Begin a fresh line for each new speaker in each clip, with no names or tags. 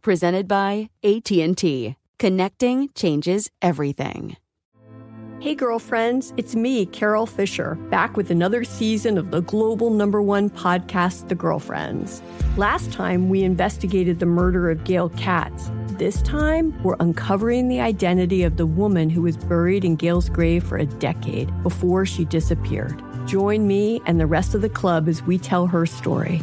Presented by AT&T. Connecting changes everything.
Hey, girlfriends, it's me, Carol Fisher, back with another season of the global number one podcast, The Girlfriends. Last time, we investigated the murder of Gail Katz. This time, we're uncovering the identity of the woman who was buried in Gail's grave for a decade before she disappeared. Join me and the rest of the club as we tell her story.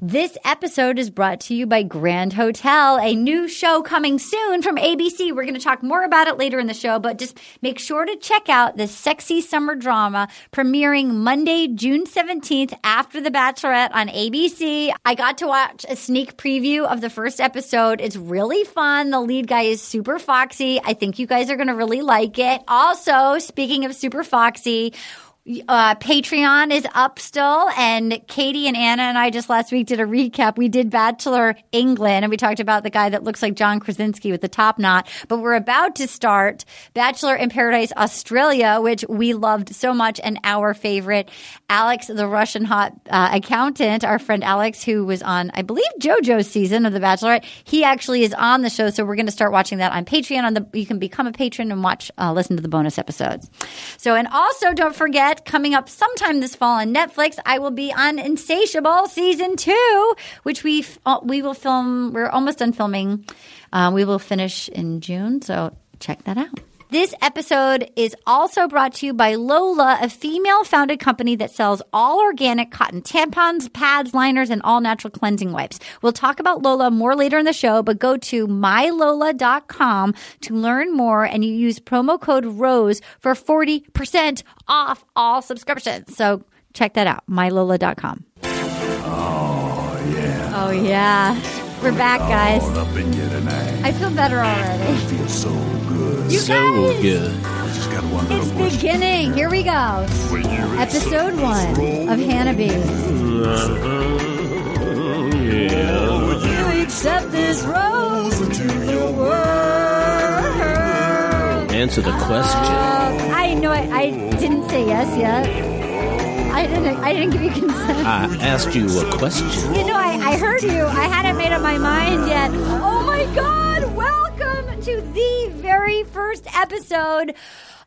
This episode is brought to you by Grand Hotel, a new show coming soon from ABC. We're going to talk more about it later in the show, but just make sure to check out this sexy summer drama premiering Monday, June 17th after The Bachelorette on ABC. I got to watch a sneak preview of the first episode. It's really fun. The lead guy is super foxy. I think you guys are going to really like it. Also, speaking of super foxy, uh, Patreon is up still, and Katie and Anna and I just last week did a recap. We did Bachelor England, and we talked about the guy that looks like John Krasinski with the top knot. But we're about to start Bachelor in Paradise Australia, which we loved so much, and our favorite Alex, the Russian hot uh, accountant, our friend Alex, who was on, I believe, JoJo's season of The Bachelorette. He actually is on the show, so we're going to start watching that on Patreon. On the you can become a patron and watch, uh, listen to the bonus episodes. So, and also don't forget, coming up sometime this fall on Netflix, I will be on Insatiable season two, which we f- uh, we will film. We're almost done filming. Uh, we will finish in June, so check that out. This episode is also brought to you by Lola, a female founded company that sells all organic cotton tampons, pads, liners, and all natural cleansing wipes. We'll talk about Lola more later in the show, but go to mylola.com to learn more and you use promo code ROSE for 40% off all subscriptions. So check that out, mylola.com. Oh, yeah. Oh, yeah. We're back, guys.
up in you tonight.
I feel better already.
Feels so good.
You guys.
I just got one
It's beginning. Here we go. Episode one of Hannah B. You accept this rose into your world.
Answer the question.
Uh, I know I, I didn't say yes yet. I didn't. I didn't give you consent.
I asked you a question.
You know, I, I heard you. I hadn't made up my mind yet. Oh my God! Welcome to the very first episode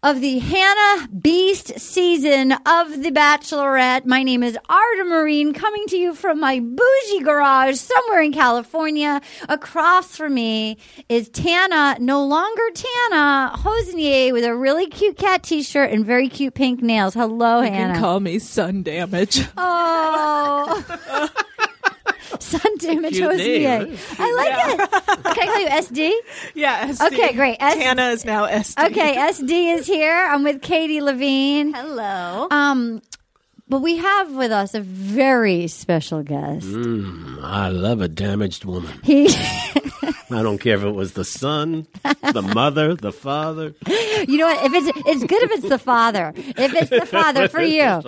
of the Hannah Beast season of The Bachelorette. My name is Arda Marine, coming to you from my bougie garage somewhere in California. Across from me is Tana, no longer Tana Hosnier, with a really cute cat T-shirt and very cute pink nails. Hello, Hannah.
me sun damage.
Oh. Sun damage
Cute
was
name.
me. I like it. Can I call you SD?
Yeah. SD.
Okay, great. S-
Tana is now SD.
Okay, SD is here. I'm with Katie Levine.
Hello.
Um, but we have with us a very special guest.
Mm.
I love a damaged woman.
He,
I don't care if it was the son, the mother, the father.
you know what? If it's it's good if it's the father. If it's the father for you.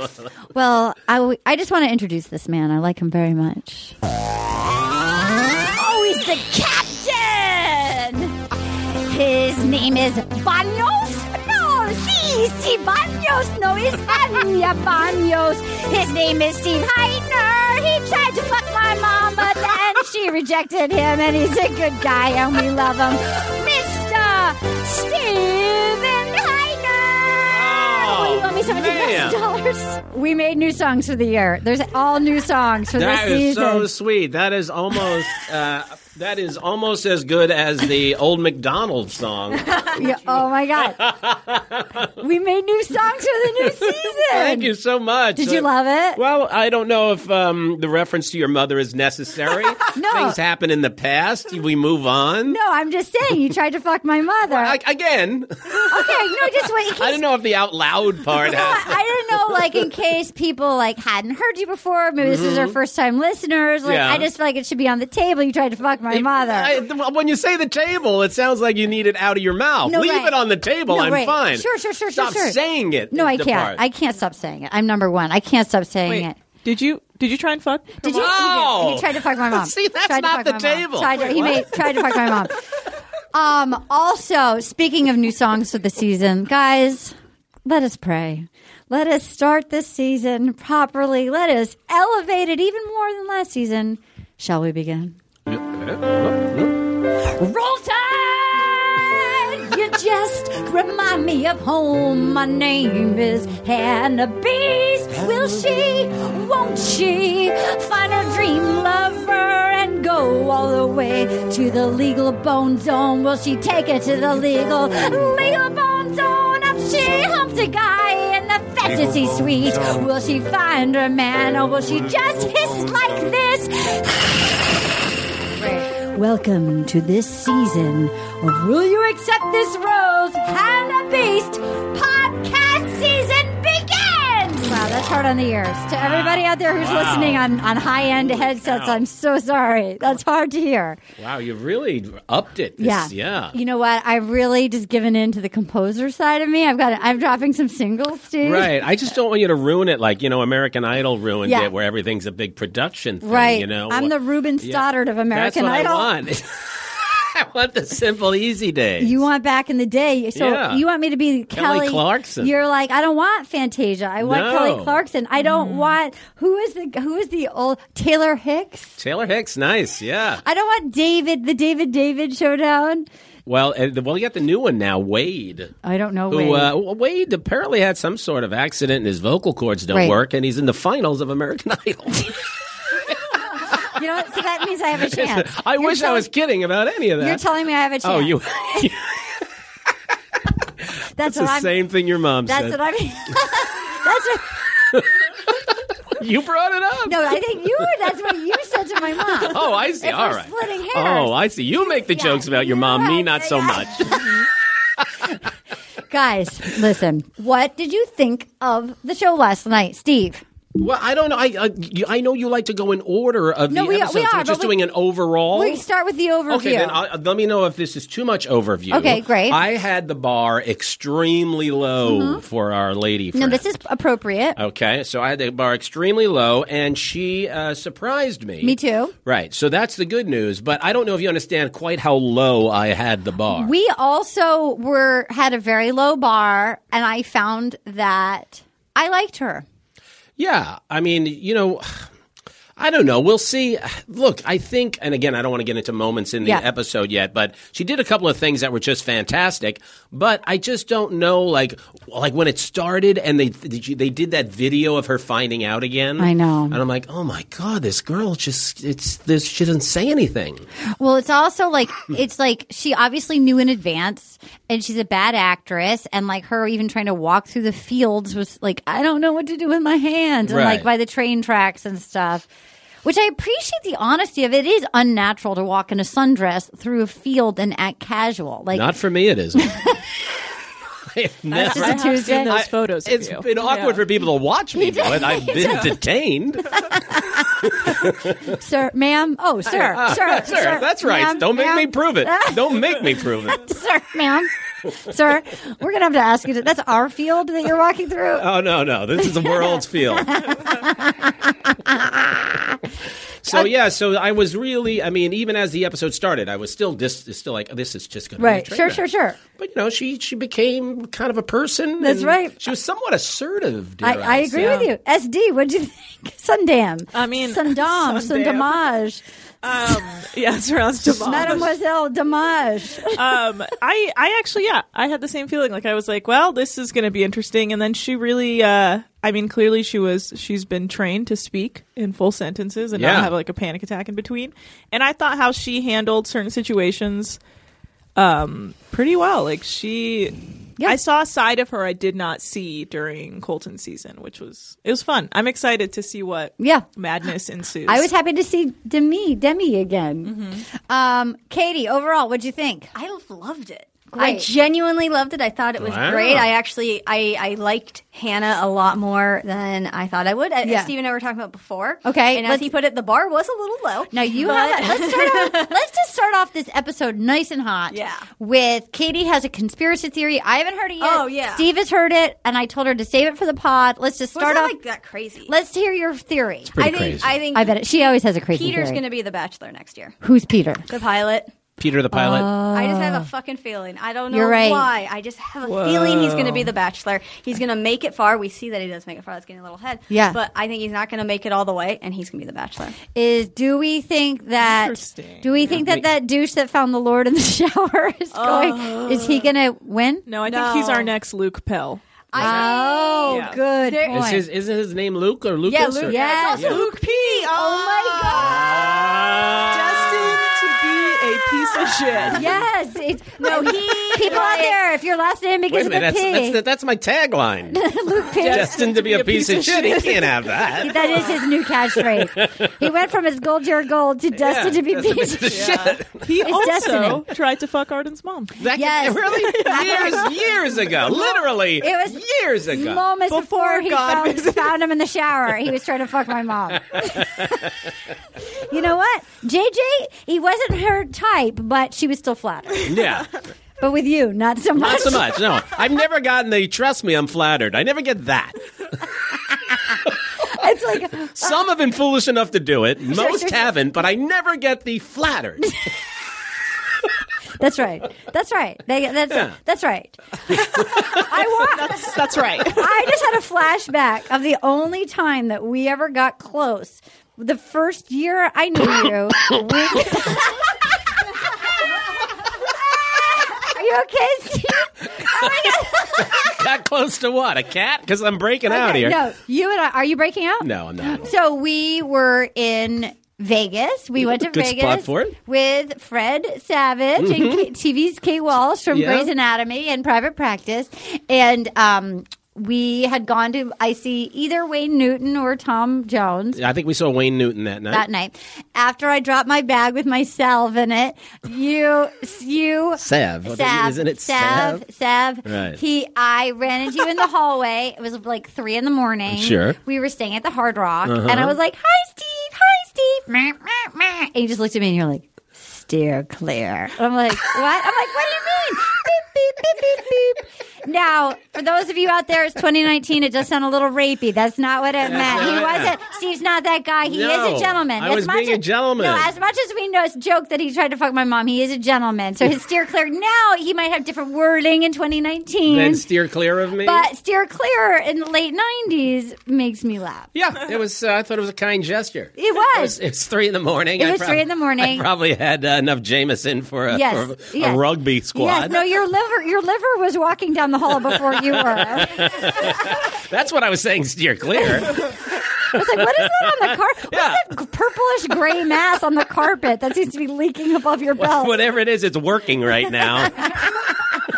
Well, I, w- I just want to introduce this man. I like him very much. Oh, he's the captain. His name is Banos. No, sí, sí, Banos. No, it's Anya Banos. His name is Steve Heitner. He tried to fuck my mom, but then she rejected him, and he's a good guy, and we love him. Mr. Steven Heitner.
Oh,
$27,000. We made new songs for the year. There's all new songs for
That
this
is
season.
so sweet. That is almost uh, that is almost as good as the old McDonald song.
Yeah, oh my god. we made new songs for the new season.
Thank you so much.
Did you love it?
Well, I don't know if um, the reference to your mother is necessary.
No.
Things happen in the past. We move on.
No, I'm just saying you tried to fuck my mother.
I, again,
okay, no, just wait. in
I
case-
don't know if the out loud part
No,
has.
I don't know, like in case people like hadn't heard you before. Maybe this is our first time listeners. Like
Mm-hmm. Yeah.
I just feel like it should be on the table. You tried to fuck my mother.
I, when you say the table, it sounds like you need it out of your mouth.
No,
Leave
right.
it on the table.
No,
I'm
right.
fine.
Sure, sure, sure, sure,
Stop
sure.
saying it.
no,
is
I
the
can't.
part.
I can't stop saying it. I'm number one. I can't stop saying
Wait,
it.
did you did you try and fuck?
Did you?
Wow.
He, did. he tried to fuck my mom.
Oh! See, that's
tried to
not
fuck my
the
mom.
table.
Tried to,
Wait,
he
what?
made, tried to fuck my mom. Um, also, speaking of new songs for the season, guys, let us pray. Let us start this season properly. Let us elevate it even more than last season. Shall we begin? Roll Tide! You just remind me of home. My name is Hannah Beast. Will she, won't she find her dream lover and go all the way to the legal bone zone? Will she take it to the legal, legal bone zone? Up she humps a guy in the fantasy suite. Will she find her man or will she just hiss like this? Welcome to this season of Will You Accept This Rose Hannah Beast podcast season begins! Wow, that's hard on the ears. To everybody out there who's listening on, on high end headsets, I'm so sorry. That's hard to hear.
Wow, you really upped it. This,
yeah. You know what? I've really just given in to the composer side of me. I've got I'm dropping some singles, dude.
Right. I just don't want you to ruin it like, you know, American Idol ruined
Yeah.
it where everything's a big production thing,
Right.
you know.
I'm the Ruben Stoddard of
That's
American
what
Idol.
I want. I want the simple, easy days.
You want back in the day. So
Yeah.
you want me to be Kelly,
Kelly Clarkson.
You're like, I don't want Fantasia. I want
No. Mm.
Kelly Clarkson. I don't want who is the who is the old Taylor Hicks?
Taylor Hicks, nice, yeah.
I don't want David, the David David showdown.
Well, uh, well, you got the new one now, Wade.
I don't know
Who
Wade.
Uh, Wade apparently had some sort of accident and his vocal cords don't
Right.
work, and he's in the finals of American Idol.
You know what? So that means I have a chance.
I
You're
wish I
telling-
was kidding about any of that.
You're telling me I have a chance.
oh, you. it's
That's what
the
I'm
same thing your mom
That's
said.
what I mean. that's what
you brought it up.
No, I think you that's what you said to my mom.
Oh, I see.
If
All
we're
right.
splitting hairs.
Oh, I see. You make the
Yeah.
jokes about your mom, me
Right.
not so
Yeah.
much.
Guys, listen. What did you think of the show last night, Steve?
Well, I don't know. I I, you- I know you like to go in order of
No,
the
we- we
episodes.
are,
We're just
but we-
doing an overall.
We start with the overview.
Oh. Okay, then i let me know if this is too much overview.
Okay, great. Mm-hmm.
I had the bar extremely low for our lady.
no,
friend.
this is appropriate.
Okay, so I had the bar extremely low, and she uh, surprised me.
Me too.
Right, so that's the good news, but I don't know if you understand quite how low I had the bar.
We also were had a very low bar, and I found that I liked her.
Yeah, I mean, you know, I don't know. We'll see. Look, I think, and again, I don't want to get into moments in the
Yeah.
episode yet, but she did a couple of things that were just fantastic. But I just don't know, like, like when it started and they did you, they did that video of her finding out again.
I know.
and I'm like, oh my god, this girl just it's this she doesn't say anything.
Well, it's also like it's like she obviously knew in advance, and she's a bad actress, and like her even trying to walk through the fields was like I don't know what to do with my hands, and like
Right.
by the train tracks and stuff. Which I appreciate the honesty of. It is unnatural to walk in a sundress through a field and act casual. Like
Not for me, it isn't. I have never-
That's just a
I have
Tuesday.
seen those
I-
photos. of
It's
you.
been awkward
Yeah.
for people to watch me do it. I've been detained.
sir, ma'am. Oh, sir,
Ah,
sir,
sir, that's right.
ma'am,
Don't make me
ma'am,
prove it. Don't make me prove it.
sir, ma'am, sir. We're gonna have to ask you. To, that's our field that you're walking through.
Oh no, no, this is the world's field. so yeah, so I was really, I mean, even as the episode started, I was still dis- still like, this is just going
Right.
to be a train
Sure,
wreck.
sure, sure.
But you know, she she became kind of a person.
That's
and
right.
She was somewhat assertive. dare
I, I
say.
agree with you. SD, what do you think? Sundam.
I mean,
Sundam,
Sundam.
Sundamage.
Um, yeah, surrounds Jamal.
Mademoiselle Damage.
um, I, I actually, yeah, I had the same feeling. Like I was like, well, this is going to be interesting. And then she really, uh, I mean, clearly she was, she's been trained to speak in full sentences and
Yeah.
not have like a panic attack in between. And I thought how she handled certain situations, um, pretty well. Like she,
Yeah.
I saw a side of her I did not see during Colton season, which was, it was fun. I'm excited to see what
Yeah.
madness ensues.
I was happy to see Demi Demi again. Um, Katie, overall, what'd you think?
Mm-hmm. I loved it. I
Great.
genuinely loved it. I thought it was
Wow.
great. I actually I, I liked Hannah a lot more than I thought I would. I-
Yeah.
Steve and I were talking about before.
Okay,
And as
let's-
he put it, the bar was a little low.
Now you
But-
have. Let's start. Off, let's just start off this episode nice and hot.
Yeah.
With Katie has a conspiracy theory. I haven't heard it yet.
Oh, yeah.
Steve has heard it, and I told her to save it for the pod. Let's just
Start
start off.
like that crazy.
let's hear your theory.
Pretty
I think
crazy.
I think
I bet it, she always has a crazy
Peter's
theory.
gonna be the bachelor next year.
Who's Peter?
The pilot.
Peter the pilot.
Uh,
I just have a fucking feeling. I don't know
You're right.
why. I just have a feeling he's going to be the bachelor. He's going to make it far. We see that he does make it far. That's getting a little ahead.
Yeah.
But I think he's not going to make it all the way, and he's going to be the bachelor.
Is do we think that
Interesting.
do we think that that douche that found the Lord in the shower is
Oh.
going? Is he gonna win?
no, I think he's our next Luke Pell.
Oh,
Yeah.
good
There-
Is
point.
his isn't his name Luke or Lucas?
Yeah, Luke.
or-
Yeah.
It's also Luke P. Oh, my God.
destined to be a piece of shit.
yes. It's, no, he, people out there, if your last name
Wait
begins
a
with a
minute, that's,
P,
that's, the- that's my tagline.
Luke P.
Destined to be a piece of shit. He can't have that.
That is his new catchphrase. he went from his gold your gold to destined
Yeah,
to be
destined
piece
to
of
be
shit.
He also
destiny.
tried to fuck Arden's mom.
That
Yes.
could, really years years ago, literally
It was
years ago.
Moments before,
Before
he
God
found,
visited.
found him in the shower, he was trying to fuck my mom. you know what? JJ, he wasn't her type, but she was still flattered.
yeah,
But with you, not so much.
not so much. No, I've never gotten the trust me, I'm flattered. I never get that.
It's like
Some have been foolish enough to do it.
sure,
Most
sure.
haven't, but I never get the flattered.
That's right. That's right. They, that's
Yeah.
that's right. I wa-
That's right.
I just had a flashback of the only time that we ever got close. The first year I knew you. we- Are you okay, Steve?
Got close to what? A cat? Because I'm breaking out
Okay,
here.
No, you and I. Are you breaking out?
No, I'm not.
So we were in Vegas. We went to
Good
Vegas
spot for it. Mm-hmm.
with Fred Savage and K- TV's Kate Walsh from
Yeah.
Grey's Anatomy and Private Practice, and um, we had gone to I see either Wayne Newton or Tom Jones.
I think we saw Wayne Newton that night.
That night, after I dropped my bag with my salve in it, you, you,
Sav. What is-
Sav,
Isn't it
Sav? Sav.
Right.
He, I ran into you in the hallway. It was like three in the morning.
Sure. Uh-huh.
We were staying at the Hard Rock, and I was like, "Hi, Steve. Hi, Steve." Meh, meh, meh. And you just looked at me, and you're like, "Steer clear." And I'm like, "What?" I'm like, "What do you mean?" Beep, beep, beep, beep, beep. Now, for those of you out there, it's 2019. It does sound a little rapey. That's not what it meant. He wasn't. Steve's not that guy. He is
No.
a gentleman.
I
As
was
much
being a
as-
gentleman.
No, as much as we know, it's joke that he tried to fuck my mom. He is a gentleman. So his steer clear now, he might have different wording in 2019.
Then steer clear of me.
but steer clear in the late 90s makes me laugh.
yeah, it was. Uh, I thought it was a kind gesture.
It was.
It was, it was three in the morning.
It
I
was three in the morning.
I probably had uh, enough Jameson for a,
Yes,
for a
yes.
rugby
Yes,
squad.
no, your liver, your liver was walking down the hall before you were.
That's what I was saying. Steer clear.
I was like, what is that on the carpet? What's that purplish gray mass on the carpet that seems to be leaking above your belt?
Whatever it is, it's working right now.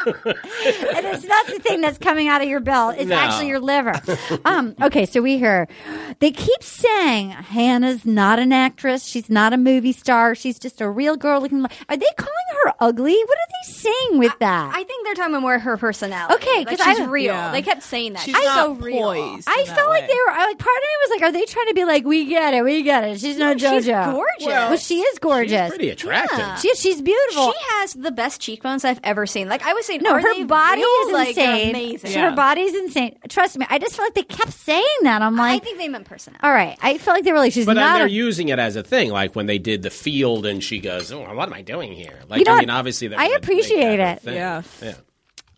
and it's not the thing that's coming out of your belt. It's
No.
actually your liver. Um, okay, so we hear they keep saying Hannah's not an actress. She's not a movie star. She's just a real girl looking. li-" Are they calling her ugly? What are they saying with that?
I think they're talking about more her personality.
Okay,
Like,
'cause
she's
I-
real.
Yeah.
They kept saying that.
She's
she's
not
so real.
poised.
I
in that
felt like
way.
they were I- like. Part of me was like, "Are they trying to be like, we get it, we get it? She's no, JoJo.
she's gorgeous.
Well, she is gorgeous.
Pretty attractive.
She, she's beautiful.
She has the best cheekbones I've ever seen. Like I was saying,
No,
are they
her body
real?
is
Like, they're
insane.
amazing.
Yeah.
Her body's insane. Trust me. I just feel like they kept saying that. I'm
I
like,
think they meant personality.
all right. I feel like they were like, she's
But um,
not.
they're
a-
using it as a thing, like when they did the field, and she goes, "Oh, what am I doing here?" Like,
You know
I
what?
mean, obviously, that
I
was a big
appreciate
kind of
it.
thing.
Yeah.
yeah.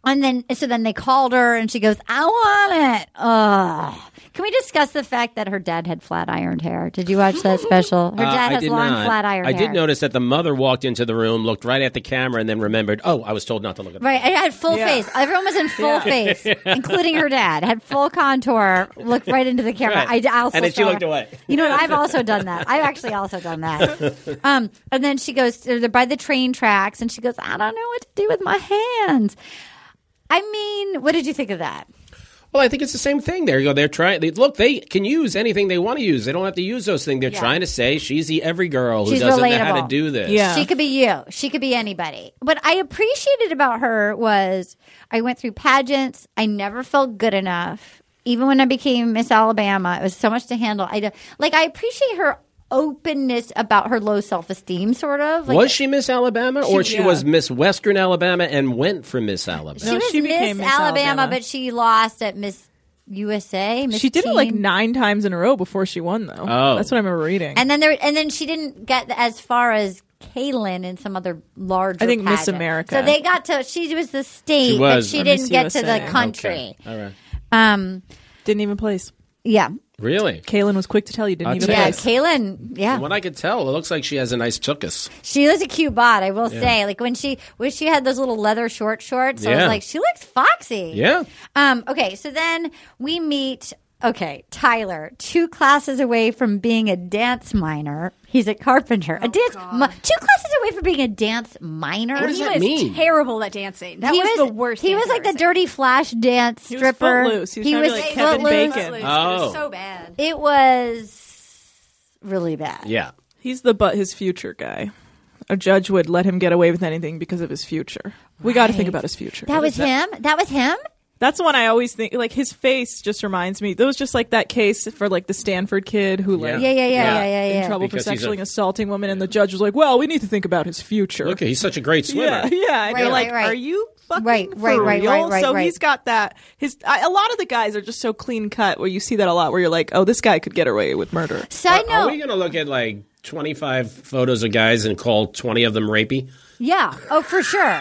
And then, so then they called her and she goes, I want it. Ugh. Can we discuss the fact that her dad had flat ironed hair? Did you watch that special? Her
Uh,
dad
I
has
did
long
not.
flat iron
I
hair.
did notice that the mother walked into the room, looked right at the camera, and then remembered, oh, I was told not to look at
Right. I had full
Yeah.
face. Everyone was in full
Yeah.
face, including her dad. Had full contour. Looked right into the camera.
Right.
I, I also
And then she
saw-
looked away.
You know what? I've also done that. I've actually also done that.
that.
Um, and then she goes, they're by the train tracks, and she goes, I don't know what to do with my hands. I mean, what did you think of that?
Well, I think it's the same thing. There you go. They're trying. They, look, they can use anything they want to use. They don't have to use those things. They're
Yeah.
trying to say she's the every girl who
She's
doesn't
relatable.
know how to do this.
She could be you. She could be anybody. What I appreciated about her was I went through pageants. I never felt good enough. Even when I became Miss Alabama, it was so much to handle. I don't- like I appreciate her openness about her low self esteem, sort of. Like,
was she Miss Alabama, or
She-
she
yeah.
was Miss Western Alabama and went for Miss Alabama?
She was Miss,
became Miss
Alabama,
Alabama.
but she lost at Miss USA. Miss
She did it like
Teen.
nine times in a row before she won, though.
Oh.
That's what I remember reading.
and then there, and then she didn't get as far as Kaylin and some other larger.
I think Miss
pageant.
America.
So they got to. She was the state,
She
but
was.
she
Or
didn't
Miss
get to
USA.
the country.
All right.
Um,
didn't even place.
Yeah.
Really?
Kaylin was quick to tell you didn't
I'll
even
tell you.
place.
Yeah, Kaylin. Yeah,
From what I could tell, it looks like she has a nice tuchus.
she was a cute bod. I will
Yeah.
say, like when she when she had those little leather short shorts, I was
Yeah.
like, she looks foxy.
Yeah.
Um. Okay. So then we meet. Okay, Tyler, two classes away from being a dance minor. He's a carpenter.
Oh,
a dance, mi- two classes away from being a dance minor.
And he was terrible at dancing. That
He
was, the worst.
He
dance
was like the dirty flash dance
was
stripper.
footloose. He was trying to be like Kevin
footloose.
Bacon. Footloose.
It
Oh,
was so bad.
It was really bad.
yeah.
He's the but his future guy. A judge would let him get away with anything because of his future. We got to think about his future.
That was him. That was him.
That's the one I always think. Like his face just reminds me. That was just like that case for like the Stanford kid who like
Yeah, yeah, yeah, yeah, yeah, yeah.
in trouble
Because
for
he's a-
sexually assaulting women, and the judge was like, "Well, we need to think about his future."
Look, he's such a great swimmer.
yeah, yeah. And
Right,
you're like,
right, right.
"Are you fucking
Right, right,
for
right,
real?"
right, right,
so
right.
he's got that. His I, a lot of the guys are just so clean cut where you see that a lot. Where you're like, "Oh, this guy could get away with murder."
Side
Are
note.
we going to look at like 25 photos of guys and call 20 of them rapey?
yeah. Oh, for sure.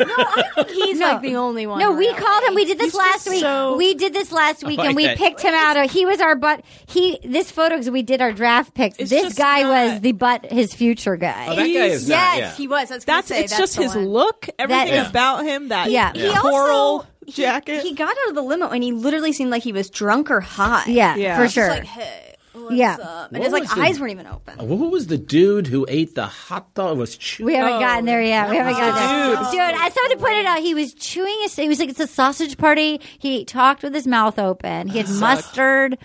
He's
No.
like the only one.
No, we
around.
called him. We did this last
just
week.
so-
We did this last week, and
like
we
that.
picked him out. Of, he was our butt. He this photo because we did our draft picks.
It's
This
just
guy
not-
was the butt. His future guy.
Oh, that guy is not.
Yes,
Yeah.
he was. I was gonna
That's
say,
it's
that's
just
the
his
one.
look, everything
Yeah.
about him. That
Yeah.
He also-
coral
he-
jacket.
He, got out of the limo and he literally seemed like he was drunk or high.
Yeah,
Yeah.
for
It's
sure.
Like, hey, what's
Yeah.
up?
What
And his like
was the-
eyes weren't even open.
Who was the dude who ate the hot dog? It was
we
chewing.
haven't gotten there yet.
Oh,
We haven't gotten there. Dude, I somebody pointed out he was chewing his. He was like, "It's a sausage party." He talked with his mouth open. He had mustard.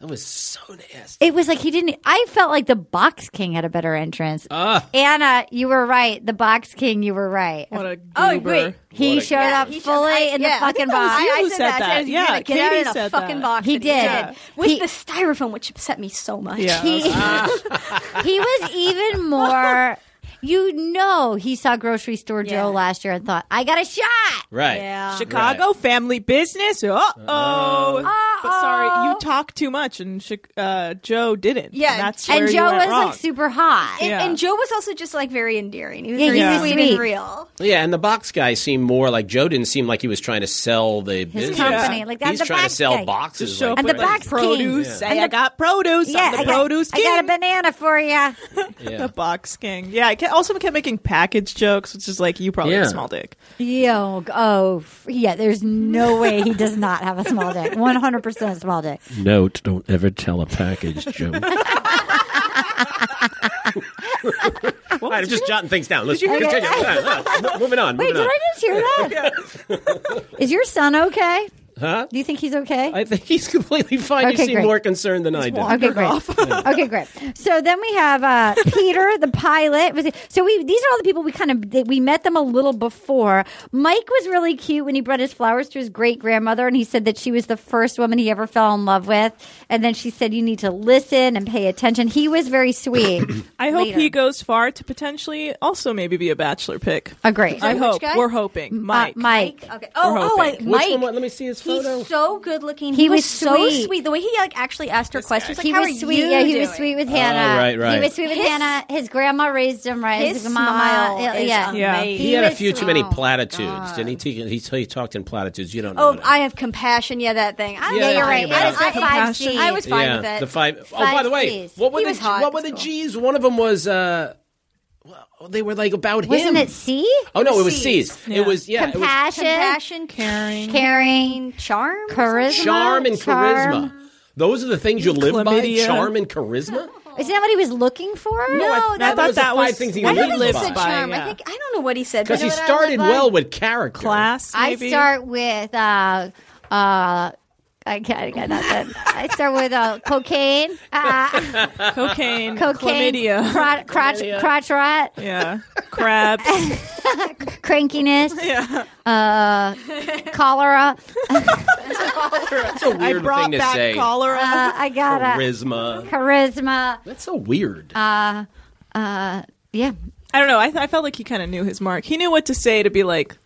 That was so nasty.
It was like he didn't. I felt like the Box King had a better entrance.
Ah.
Anna, you were right. The Box King, you were right.
what a
Oh,
goober.
wait.
He showed
Yeah,
up
he showed-
fully
I-
in
yeah.
the fucking
I think that was
box.
you
who
I said
said
that. I
that.
said,
Yeah,
yeah, get out
Katie
of the
said
fucking
that.
box.
He
And
did.
With
He-
the styrofoam, which upset me so much.
Yeah.
He, he was even more. You know, he saw grocery store
Yeah.
Joe last year and thought, "I got a shot."
Right.
Yeah.
Chicago family business. Uh oh. But sorry, you talk too much, and Chi- uh, Joe didn't.
Yeah,
and that's
And
where you
Joe
went
was
wrong.
like super hot.
And,
Yeah.
and Joe was also just like very endearing. He was
Yeah,
very
he was
sweet,
sweet.
and real.
Yeah, and the box guy seemed more like Joe didn't seem like he was trying to sell the business.
company, like, I'm
He's
the
trying
box
to sell
guy.
boxes.
Show
like
up
And the
with, like,
box king.
produce.
Yeah.
Say,
And
I
the-
got produce. I'm the
I got,
produce
I
king.
got a banana for you.
Yeah.
the box king. Yeah, I kept, also kept making package jokes, which is like you probably have a
Yeah.
small dick.
Yo, oh, f- yeah. There's no way he does not have a small dick. 100 percent small dick.
Note, don't ever tell a package joke. I'm just jotting things down. Let's continue. Uh, Moving on.
Wait,
moving
did
on.
I just hear that? Is your son okay?
Huh?
Do you think he's okay?
I think he's completely fine.
Okay,
you seem
great.
more concerned than I do.
Okay, great. okay, great. So then we have uh, Peter, the pilot. Was so we these are all the people we kind of that we met them a little before. Mike was really cute when he brought his flowers to his great grandmother, and he said that she was the first woman he ever fell in love with. And then she said, "You need to listen and pay attention." He was very sweet.
I hope
Later.
he goes far to potentially also maybe be a bachelor pick.
Agree.
I hope
guy?
we're hoping
Uh,
Mike.
Mike.
Okay. Oh, oh, I,
hoping.
Which
Mike.
one? Let me see his
He's
photo?
so good looking.
He
He, was,
was
so
sweet.
sweet. The way he like actually asked her questions, like,
he
how
was
are
sweet.
you
Yeah, he
doing? Oh,
was sweet with Hannah.
right, right.
He was sweet with
His-
Hannah. His grandma raised him right.
His
mama-
smile is
yeah,
Yeah.
amazing.
He had a
was-
few too many
oh,
platitudes, didn't he? He, he? he talked in platitudes. You don't know.
Oh,
what
I have compassion. Yeah, that thing. I
Yeah,
know
you're
what
right.
you're talking
Yeah,
about. I,
the
I-
five Cs.
I was fine
yeah,
with it.
the five oh by
Five
the way,
Cs.
what were
He
the
was hot.
what were the
That's cool.
G's? One of them was uh, well, they were like about him.
Wasn't it C?
Oh no, it was C's. It was yeah, it was
Compassion,
compassion, caring,
caring,
charm,
charisma,
charm and
charm.
charisma. Those are the things you live by:
Chlamydia.
charm and charisma.
Isn't that what he was looking for?
No,
I
that
thought
was.
the
that
five
was
things he
what
I
lived
don't think
lives
it's a
by.
charm.
yeah.
I think I don't know what he said.
Because
but
he
I know
started
by?
well with character.
class.
I
maybe?
start with uh, uh, I can't, I got nothing. I start with uh, cocaine, uh,
cocaine,
cocaine,
chlamydia.
cro- crotch, crotch rot,
yeah, crabs.
crankiness,
yeah,
uh, cholera.
That's a
I
weird
brought
thing to
back
say.
cholera.
Uh, I got a
Charisma.
charisma.
That's so weird.
Uh, uh, yeah,
I don't know. I, th- I felt like he kind of knew his mark. He knew what to say to be like,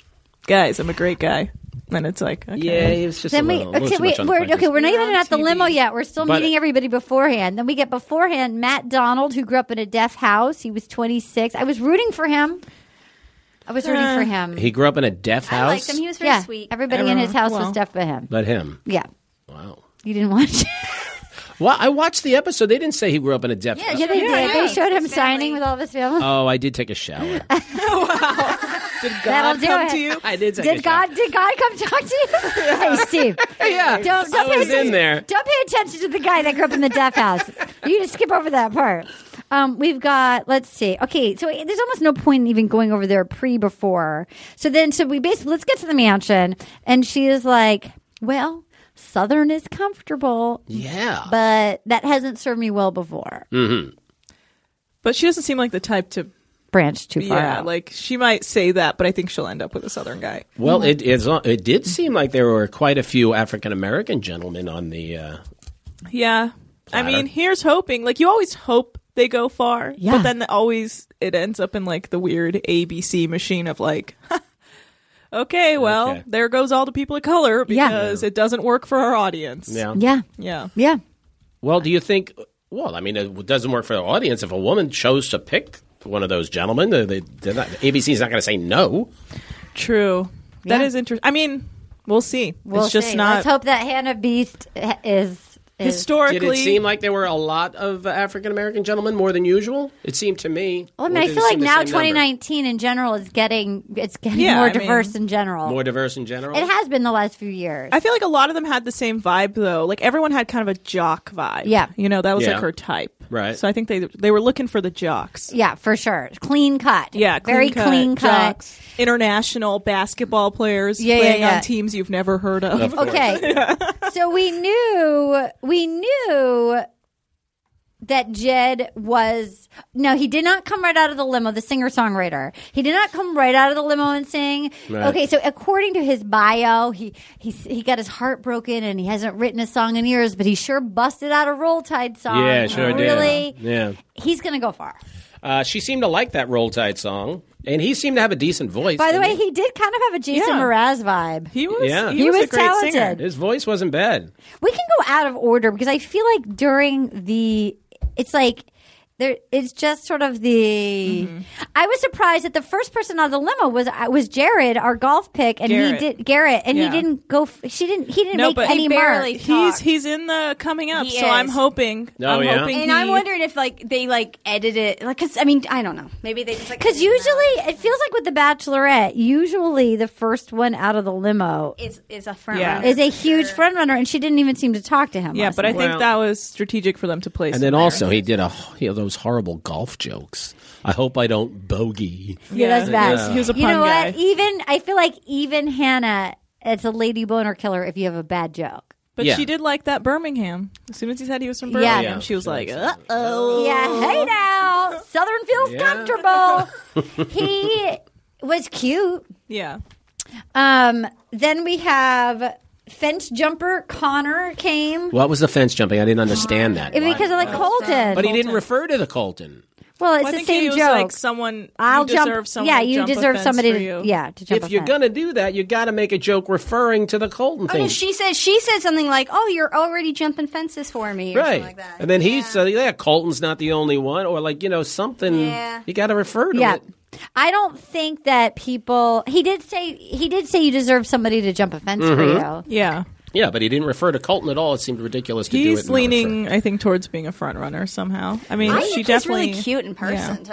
guys, I'm a great guy. And it's like, okay.
yeah, it was just a
Then we
little, a little
okay,
too
we,
much on the
we're
punches.
okay. We're not
We're
even
on
at the
TV.
limo yet. We're still
But-
meeting everybody beforehand. Then we get beforehand Matt Donald, who grew up in a deaf house. He was 26. I was rooting for him. I was rooting for him.
He grew up in a deaf
I liked
house.
him. He Uh, was very
yeah,
sweet.
everybody in his house was deaf but him.
But him.
Yeah,
Wow.
you didn't watch. it?
Well, I watched the episode. They didn't say he grew up in a deaf house.
yeah, they
Yeah,
did. They
yeah.
showed him
His family.
signing with all of his family.
Oh, I did take a shower.
Did God
That'll do
come
it.
to you?
I did take a
Did
shower.
God? Did God come talk to you? hey, Steve.
Yeah,
Don't, don't
I
pay
was
attention.
in there.
Don't pay attention to the guy that grew up in the deaf house. You just skip over that part. Um, we've got. Let's see. Okay, so there's almost no point in even going over there pre before. So then, so we basically let's get to the mansion, and she is like, "Well, Southern is comfortable,
Yeah. Mm.
but that hasn't served me well before.
But she doesn't seem like the type to.
Branch too far
Yeah,
out.
like she might say that, but I think she'll end up with a southern guy.
Well, it is. It did seem like there were quite a few African American gentlemen on the. Uh,
Yeah.
Platter.
I mean, here's hoping. Like you always hope they go far,
Yeah.
but then they always it ends up in like the weird ABC machine of like Okay, well,
Okay.
there goes all the people of color
Yeah.
because it doesn't work for our audience.
yeah.
yeah,
Yeah.
yeah.
Well, do you think? Well, I mean, it doesn't work for the audience if a woman chose to pick one of those gentlemen. They, they, they're not, ABC's not going to say no.
True. That
Yeah.
is interesting. I mean, we'll see.
We'll
it's just
see.
not
Let's hope that Hannah Beast h- is. is
Did
historically
it seem like there were a lot of African American gentlemen more than usual? It seemed to me.
Well, I mean,
Or
I
did it
feel like
seem the
now
same number?
2019 in general is getting it's getting
Yeah,
more
I mean,
diverse in general.
more diverse in general.
it has been the last few years.
I feel like a lot of them had the same vibe though. Like everyone had kind of a jock vibe.
Yeah.
You know, that was
Yeah.
like her type.
Right.
So I think they they were looking for the jocks.
yeah, for sure. Clean cut.
Yeah,
very clean cut.
jocks, international basketball players
Yeah, yeah,
playing
yeah.
on teams you've never heard of.
Of course.
Okay, so we knew we knew that Jed was no, he did not come right out of the limo. The singer songwriter, he did not come right out of the limo and sing.
Right.
Okay, so according to his bio, he he he got his heart broken and he hasn't written a song in years, but he sure busted out a Roll Tide song.
Yeah, sure did.
Really,
Yeah.
he's gonna go far.
Uh, she seemed to like that Roll Tide song, and he seemed to have a decent voice.
By the
didn't
way, he did kind of have a Jason
Yeah.
Mraz vibe.
He was,
Yeah.
he
He
was,
was
a great
talented.
singer.
his voice wasn't bad.
We can go out of order because I feel like during the, it's like there. It's just sort of the.
Mm-hmm.
I was surprised that the first person out of the limo was uh, was Jared, our golf pick, and
Garrett.
he did Garrett, and
Yeah.
he didn't go. f- She didn't. He didn't
No,
make
but-
any
He
barely
mark.
He's
talked.
he's in the coming up,
He
so I'm
is.
hoping.
Oh,
I'm
yeah?
hoping
And I'm
he-
wondering if like they like edit it, like because I mean I don't know. Maybe they just like
Because
edited it out.
usually it feels like with the Bachelorette, usually the first one out of the limo
is is a front
Yeah.
runner.
is a huge front runner, and she didn't even seem to talk to him.
Yeah,
last
but I
night.
think
Well-
that was strategic for them to place.
And then also he did a he had those horrible golf jokes. I hope I don't bogey.
Yeah, that's bad.
Yeah. He was uh, a
you know
pun guy.
what? Even I feel like even Hannah, it's a lady boner killer if you have a bad joke.
but
Yeah.
she did like that Birmingham. As soon as he said he was from
Yeah.
Birmingham,
Yeah.
she was
She
like,
likes
"Uh oh."
Yeah, hey now, Southern feels
Yeah.
comfortable. he was cute.
Yeah,
Um, then we have fence jumper Connor came
What was the fence jumping? I didn't understand that.
because of the Colton.
but he didn't refer to the Colton.
Well, it's
Well, I
the
think
same
Katie was
joke.
like, someone- you deserve someone
Yeah,
to
you
jump a
deserve
fence
somebody.
for
to,
you.
Yeah, to jump.
if
a
you're
fence.
gonna do that, you got to make a joke referring to the Colton
Oh,
thing.
no, she said she said something like, "Oh, you're already jumping fences for me," or
right,
something like that.
and then he said, "Yeah, Colton's not the only one," or like you know something.
Yeah.
You got to refer to
yeah.
it.
I don't think that people. He did say he did say you deserve somebody to jump a fence for you.
Yeah.
Yeah, but he didn't refer to Colton at all. It seemed ridiculous to do it.
He's
and not refer.
leaning, I think, towards being a front runner somehow. I mean,
I
she
think he's
definitely
really cute in person too.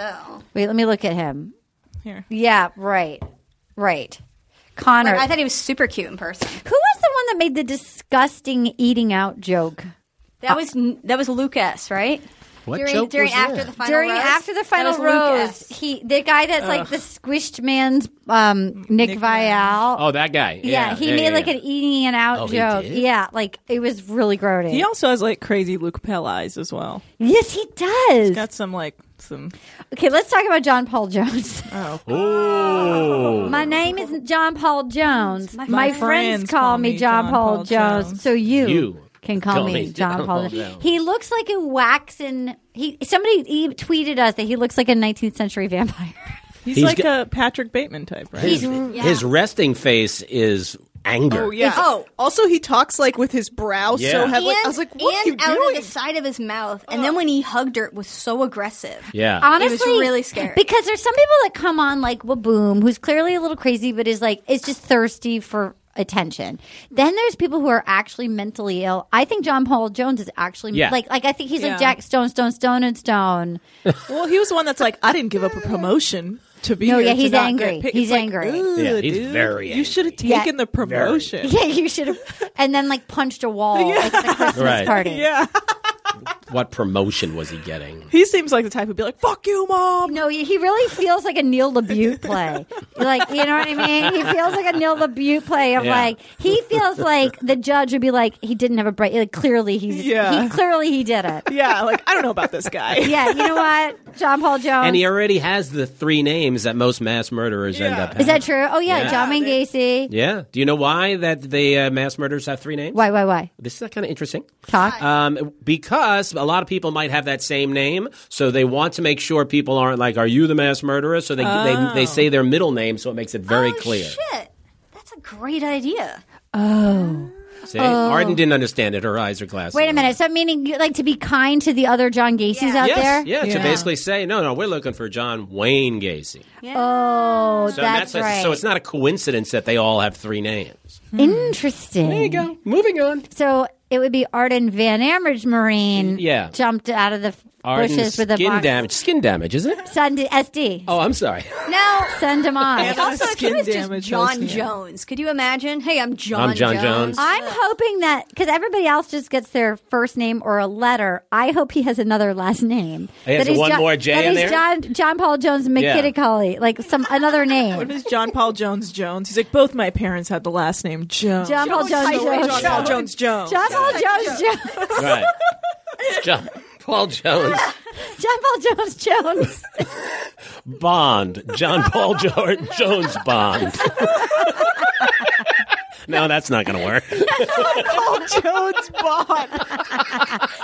Wait, let me look at him.
Here.
Yeah, right, right. Connor,
Like, I thought he was super cute in person.
who was the one that made the disgusting eating out joke?
That was that was Lucas, right?
What
during
joke
during
was
after
that?
the final
during
rose?
after the final
That was
rose,
Lucas.
he the guy that's like the squished man's um, Nick, Vial.
Oh, that guy.
yeah, he made like
yeah.
an eating and out
Oh, he
joke.
did?
Yeah, like it was really gross.
He also has like crazy Luke Pell eyes as well.
yes, he does.
Got some like some.
okay, let's talk about John Paul Jones.
Oh,
Oh.
My name is John Paul Jones. My, friends,
friends
call, me John, Paul, Jones.
Jones.
So you,
You
can call, me, John Paul Jones.
Jones.
He looks like a waxen. He somebody he tweeted us that he looks like a 19th century vampire.
he's,
He's
like
got-
a Patrick Bateman type, right?
His, his resting face is anger.
Oh yeah. Oh, also he talks like with his brow
Yeah.
so heavily.
and,
I was like, what are you
and out
doing?
of the side of his mouth, and then when he hugged her, it was so aggressive.
Yeah.
Honestly,
really scary.
because there's some people that come on like Waboom, who's clearly a little crazy, but is like is just thirsty for attention. Then there's people who are actually mentally ill. I think John Paul Jones is actually
Yeah.
like like I think he's
Yeah.
like Jack Stone, Stone, Stone, and Stone.
Well, he was the one that's like, I didn't give up a promotion to be
No,
here.
yeah,
to
he's
not
angry.
Get picked.
He's
It's like,
angry.
"Ugh,
Yeah, he's
dude,
very
You should have
Yeah.
taken the promotion.
Yeah, you should have. And then like punched a wall like, at the Christmas
Right.
party.
Yeah.
What promotion was he getting?
He seems like the type who'd be like, "Fuck you, mom."
No, he really feels like a Neil LaBute play. Like, you know what I mean? He feels like a Neil LaBute play of
Yeah.
like he feels like the judge would be like he didn't have a break. Like clearly he's
Yeah.
he, clearly he did it.
Yeah, like I don't know about this guy.
Yeah, you know what? John Paul Jones.
And he already has the three names that most mass murderers end
Yeah.
up. having.
Is that true? Oh yeah,
Yeah.
John Wayne Gacy.
Yeah. Do you know why that the uh, mass murderers have three names?
Why why why?
This is kind of interesting.
Talk.
Um, because a lot of people might have that same name, so they want to make sure people aren't like, "Are you the mass murderer?" So they they,
Oh.
they say their middle name, so it makes it very
oh,
clear.
Shit, that's a great idea.
See? Arden didn't understand it. Her eyes are glassy.
Oh. Wait a minute. So meaning you- like to be kind to the other John Gacy's
Yeah.
out
yes,
there?
yeah, To
Yeah.
basically say, no, no, we're looking for John Wayne Gacy.
Oh,
So
that's,
a-
right.
So it's not a coincidence that they all have three names.
interesting.
There you go. Moving on.
So it would be Arden Van Ammer's Marine.
Yeah.
Jumped out of the f-
Arden's
bushes with a
skin
box.
damage. Skin damage, is it?
Send to SD.
Oh, I'm sorry.
Now,
Send him on.
Yeah.
also, if he
Skin
was
damage,
just John
yeah.
Jones, could you imagine? Hey, I'm John.
I'm John Jones.
I'm hoping that because everybody else just gets their first name or a letter. I hope he has another last name.
He has
That he's
one
John-
more J
that
in
he's
there?
John John Paul Jones McKitticully, like some another
What
name.
if it's John Paul Jones Jones? He's like, both my parents had the last name Jones.
John Paul Jones
No, wait,
Jones.
John Paul Jones Jones.
John Paul Jones Jones.
right. John, Paul Jones.
John Paul Jones Jones.
Bond. John Paul jo- Jones Bond. no, that's not going to work.
Paul Jones Bond.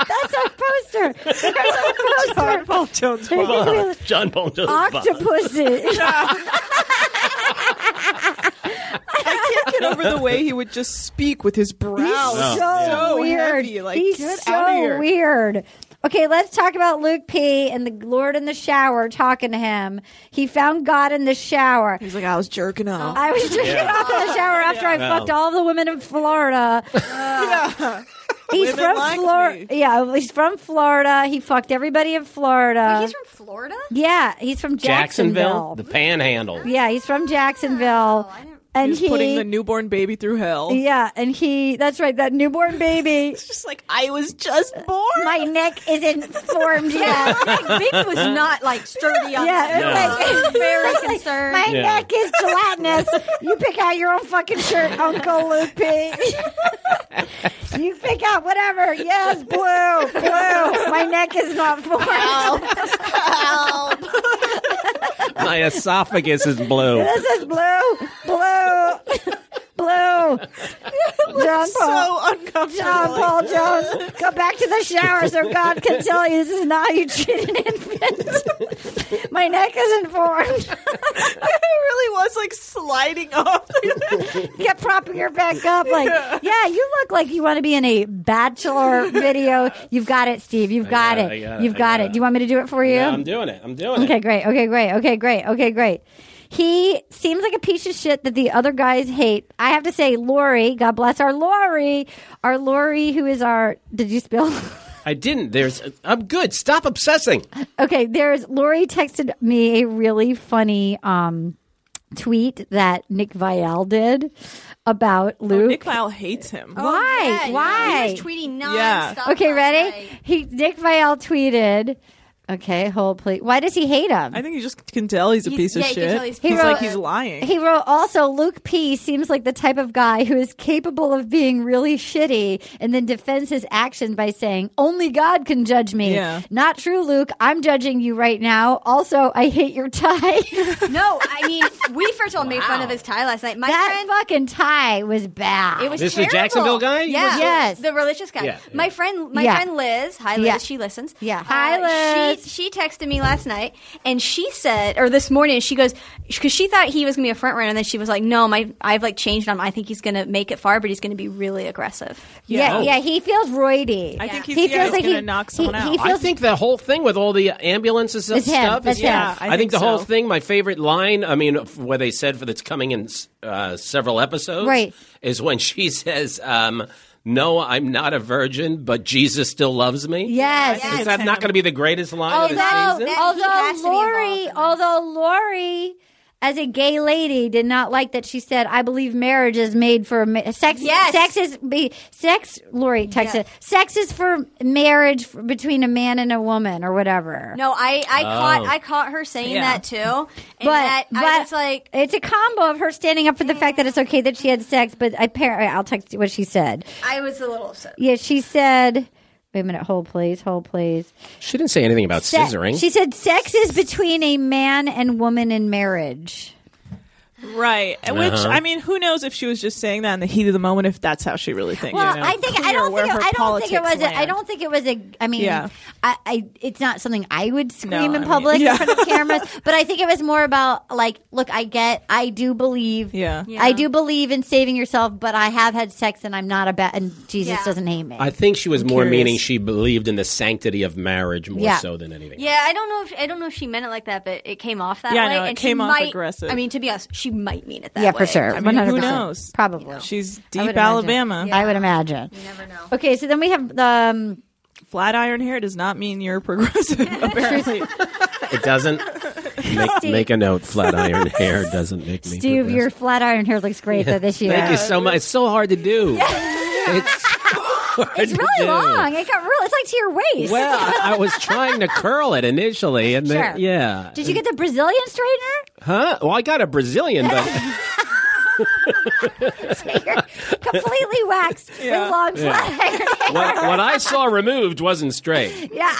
That's our poster. That's our poster.
John Paul Jones
There's
Bond.
gonna be a
John Paul Jones Bond.
Octopussy.
I can't get over the way he would just speak with his brow.
He's so, weird.
heavy. Like,
He's
get
so
out of here.
weird. Okay, let's talk about Luke P and the Lord in the shower talking to him. He found God in the shower.
He's like, I was jerking off.
I was drinking off in the shower after I
Yeah.
fucked all the women in Florida. He's
Women
from
like
Florida.
me.
Yeah, he's from Florida. He fucked everybody in Florida.
He's from Florida.
yeah, he's from
Jacksonville,
Jacksonville.
the Panhandle.
yeah, he's
Oh,
from
Oh,
Jacksonville. And
He's
he
putting the newborn baby through hell.
Yeah, and he that's right, that newborn baby.
Just like I was just born.
Uh, My neck isn't formed yet.
Like, Vic was not like sturdy on yeah,
Yeah, it was like-
very
it was like,
concerned.
My
Yeah.
neck is gelatinous. You pick out your own fucking shirt, Uncle Loopy. you pick out whatever. Yes, blue, blue. My neck is not formed.
My esophagus is blue.
This is blue, blue, blue. John Paul.
so uncomfortable.
John Paul Jones, go back to the shower so God can tell you this is not you cheating infant. My neck is informed. it
really was like sliding off.
Get propping her back up. Like, yeah. you look like you want to be in a bachelor video. You've got it, Steve. You've
I
got,
got it,
it.
I got it,
You've
I
got
got
it. Do you want me to do it for you?
Yeah, I'm doing it. I'm doing
Okay,
it.
great. Okay, great. Okay, great. Okay, great. He seems like a piece of shit that the other guys hate. I have to say, Lori, God bless our Lori, our Lori, who is our. Did you spill?
I didn't. There's. I'm good. Stop obsessing.
okay, there's Lori texted me a really funny um, tweet that Nick Vial did about Luke.
Oh,
Oh.
Nick Lyle hates him.
Why? Why?
He was tweeting nonstop.
Okay, ready? He Nick Vial tweeted. Okay, hold please. Why does he hate him?
I think you just can tell he's a piece of
yeah, you can
shit.
tell he's
he's
He
like
wrote-
he's lying.
He wrote also Luke P seems like the type of guy who is capable of being really shitty and then defends his action by saying, Only God can judge me.
Yeah.
Not true, Luke. I'm judging you right now. Also, I hate your tie.
no, I mean, we first of all made fun of his tie last night. My
that
friend,
fucking tie was bad.
it was
This is the
terrible.
Jacksonville guy? You
Yeah,
listen to?
Yes.
the religious guy.
Yeah.
My friend, my
Yeah.
friend Liz. Hi, Liz.
Yeah.
She listens.
Yeah.
Hi, Liz. She, she texted me last night, and she said, or this morning, she goes because she thought he was gonna be a front runner, and then she was like, "No, my I've like changed on. him. I think he's gonna make it far, but he's gonna be really aggressive."
Yeah, yeah, he feels roidy. I
think
he
he's- yeah, he's gonna knock someone
he,
out.
He
I
feels
I think the whole thing with all the ambulances and
It's him.
stuff
That's
is
him. Yeah,
I
I, think
think
the whole
so.
thing. My favorite line. I mean, f- where they said for that's coming in s- uh, several episodes.
Right.
Is when she says, um, "No, I'm not a virgin, but Jesus still loves me."
Yes. Oh,
Is that not going to be the greatest line of the
although,
season?
although Lori, although Lori, as a gay lady, did not like that she said, "I believe marriage is made for ma- sex.
Yes.
Sex is be sex." Lori texted, "Sex is for marriage f- between a man and a woman, or whatever."
No, I I
Oh.
caught I caught her saying
Yeah.
that too, and
But,
that
but
I was like.
it's a combo of her standing up for the fact that it's okay that she had sex, but apparently I'll text you what she said.
I was a little upset.
Yeah, she said, "Wait a minute, hold please, hold please."
She didn't say anything about
Se-
scissoring.
She said, "Sex is between a man and woman in marriage."
Right. Which
Uh-huh.
I mean, who knows if she was just saying that in the heat of the moment if that's how she really thinks.
Well,
you know?
I think I
Clear
don't
where
think it,
her
I don't think it was
politics
a, I
land.
don't think it was a I mean
Yeah.
I, I it's not something I would scream
I
in
mean-
public
Yeah.
in front of cameras, but I think it was more about like look, I get I do believe
Yeah.
I do believe in saving yourself, but I have had sex and I'm not a bad and Jesus doesn't hate me.
I think she was more
curious.
meaning she believed in the sanctity of marriage more
Yeah.
so than anything.
Yeah, I don't know if I don't know if she meant it like that, but it came off that
Yeah, I
way.
know, it
and
came
she
off
might,
aggressive.
I mean, to be honest, she might mean it that
yeah,
way.
for sure.
I mean,
One hundred
who
percent.
knows?
Probably.
She's
I would
deep
imagine.
Alabama.
I would imagine. You never know. Okay, so then we have the um,
flat iron hair does not mean you're progressive. apparently,
It doesn't make,
Steve.
make a note. Flat iron hair doesn't make me.
Steve, your flat iron hair looks great though this year.
Thank you so much. It's so hard to do. It's, hard
It's
to
really
do.
long. It got real. It's like to your waist.
Well, I, I was trying to curl it initially, and
Sure.
then yeah.
Did you get the Brazilian straightener?
Huh? Well, I got a Brazilian, but
Completely waxed with long
Yeah.
flat iron hair.
what, what I saw removed wasn't straight.
Yeah.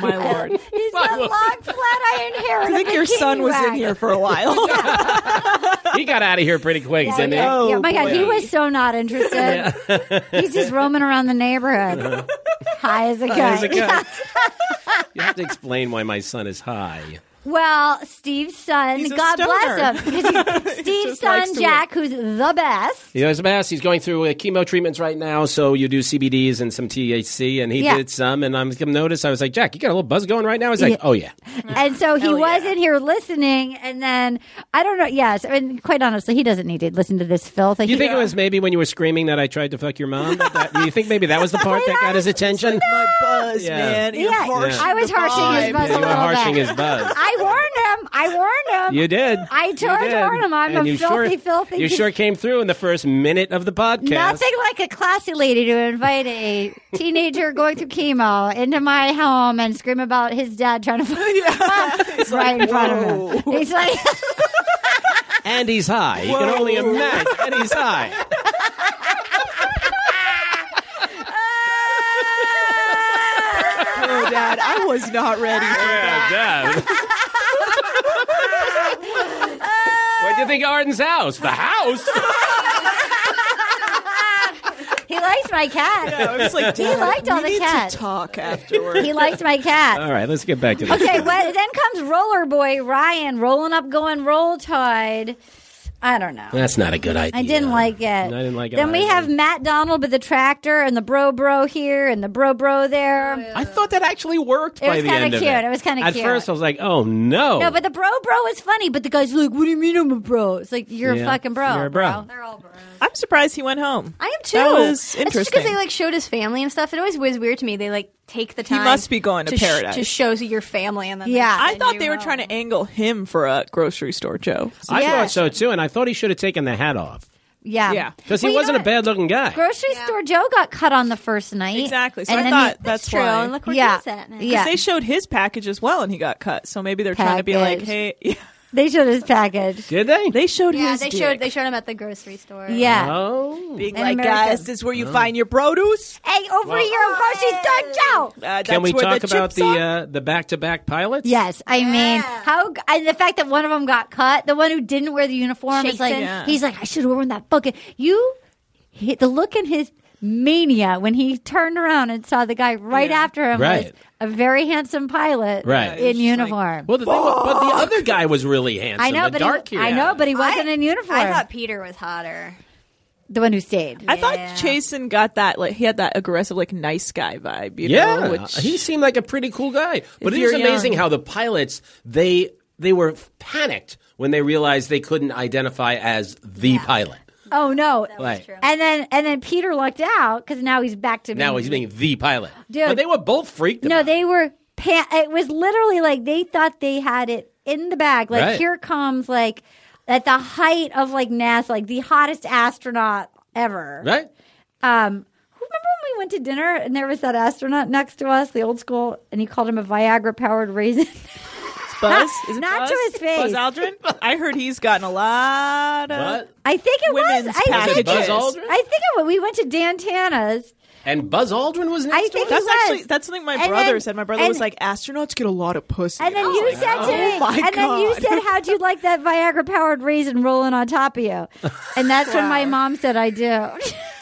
my lord.
He's got long flat iron hair.
I
and a
think your
bikini
son was
wax.
in here for a while.
He got out of here pretty quick, didn't he?
Oh,
Yeah, my God, he was so not interested. He's just roaming around the neighborhood,
Uh-huh.
high as a
High as a
kite.
kite. You have to explain why my son is high.
Well, Steve's son,
He's a
God bless him.
stoner.
Because he's- Steve's
just likes
son,
to
Jack, who's the best.
He knows best. He's going through uh, chemo treatments right now, so you do CBDs and some THC, and he
Yeah.
did some. And I'm gonna notice. I was like, Jack, you got a little buzz going right now. He's like,
Yeah.
Oh yeah.
And so he was in here listening, and then I don't know. Yes, I mean, quite honestly, he doesn't need to listen to this filth.
Do you think it was maybe when you were screaming that I tried to fuck your mom? That- that- Do you think maybe that was the part that got his attention?
my buzz,
Yeah.
man. You're
Yeah,
harsh
I was
with the
harshing his
vibe.
buzz
You
a
were
little
harshing
bit.
his buzz.
I warned him. I warned him.
You did.
I
You
told
did.
him I'm
And
a
you
filthy,
sure,
filthy.
You sure came through in the first minute of the podcast.
Nothing like a classy lady to invite a teenager going through chemo into my home and scream about his dad trying to find
It's
right in
like,
front of him.
whoa.
He's like,
And he's high. You can only imagine. And he's high.
Oh, Dad, I was not ready for that.
Dad. Where'd you think Arden's house? The house?
likes my cat.
Yeah, I was like,
he
"Dad,
liked all
we
the
need to
cats.
talk afterward.
He liked my cat.
All right, let's get back to this.
okay, well, then comes Roller Boy Ryan rolling up, going roll tide. I don't know.
That's not a good idea.
I didn't like it.
I didn't like it
Then we
either.
have Matt Donald with the tractor and the bro bro here and the bro bro there.
Oh,
I thought that actually worked
It
by
was
the
kinda
end of
cute.
it.
It was kinda
At
cute.
first, I was like, "Oh no!"
No, but the bro bro is funny. But the guy's like, "What do you mean I'm a bro?" It's like you're
Yeah.
a fucking bro.
You're a bro.
I'm surprised he went home.
I am too.
That was
It's just because
interesting.
they like showed his family and stuff. It always was weird to me. They like take the time.
must be going to
sh-
paradise.
to show your family and then they
I
send
thought
you
they were
home.
trying to angle him for a grocery store Joe.
I thought so too, and I thought he should have taken the hat off
Yeah,
Yeah.
because he
Well, you know
wasn't a
what?
bad-looking guy.
Grocery store Joe got cut on the first night.
Exactly. So I
then
thought that's
true.
why.
And look where Yeah. he's at now.
'Cause
Yeah.
they showed his package as well, and he got cut. So maybe they're trying to be like, hey,
Package. They showed his package.
Did they?
They showed
Yeah,
his
they
dick.
showed they showed him at the grocery store.
Yeah.
Oh.
Being
In
like,
America.
guys, this is where you find your produce.
Hey, over here in grocery store Joe.
Uh,
Can
that's
we
where
talk
the
about
chips
the
are.
uh, the back-to-back pilots?
Yes, I mean how and the fact that one of them got cut, the one who didn't wear the uniform is like
Jason. Yeah.
he's like I should have worn that fucking you. He, the look in his mania when he turned around and saw the guy right after him was
Right.
a very handsome pilot,
Right.
in uniform.
Well, the thing was, but the other guy was really handsome.
I know,
the
but
dark
he,
hair.
I know, but he wasn't
I-
in uniform.
I thought Peter was hotter.
the one who stayed.
I thought Chasen got that like he had that aggressive like nice guy vibe. You
yeah,
know, which
he seemed like a pretty cool guy. But it
you're
is amazing
young.
how the pilots they they were panicked when they realized they couldn't identify as the pilot.
oh no!
Like
And then and then Peter lucked out because now he's back to
now
being-
he's being the pilot.
Dude.
But they were both freaked.
No, they were. Pan- it was literally like they thought they had it in the bag. Like
Right.
here comes like at the height of like NASA, like the hottest astronaut ever.
Right?
Um, who remember when we went to dinner and there was that astronaut next to us, the old school, and he called him a Viagra powered raisin.
Buzz is it
Not
Buzz?
to his
Buzz
face.
Aldrin. I heard he's gotten a lot of.
What?
I think it was.
Women's
I
packages.
think,
Was it Buzz
I
Aldrin?
think it was. We went to Dantana's.
And Buzz Aldrin was next
I
to
think
him?
That's
he was.
actually that's something my
And
brother
then-
said. My brother
and-
was like, astronauts get a lot of pussy.
And then
I was
you
like,
said to me,
oh my
and then you
God.
said, "How'd you like that Viagra-powered raisin rolling on top of you?" And that's when my mom said, "I do."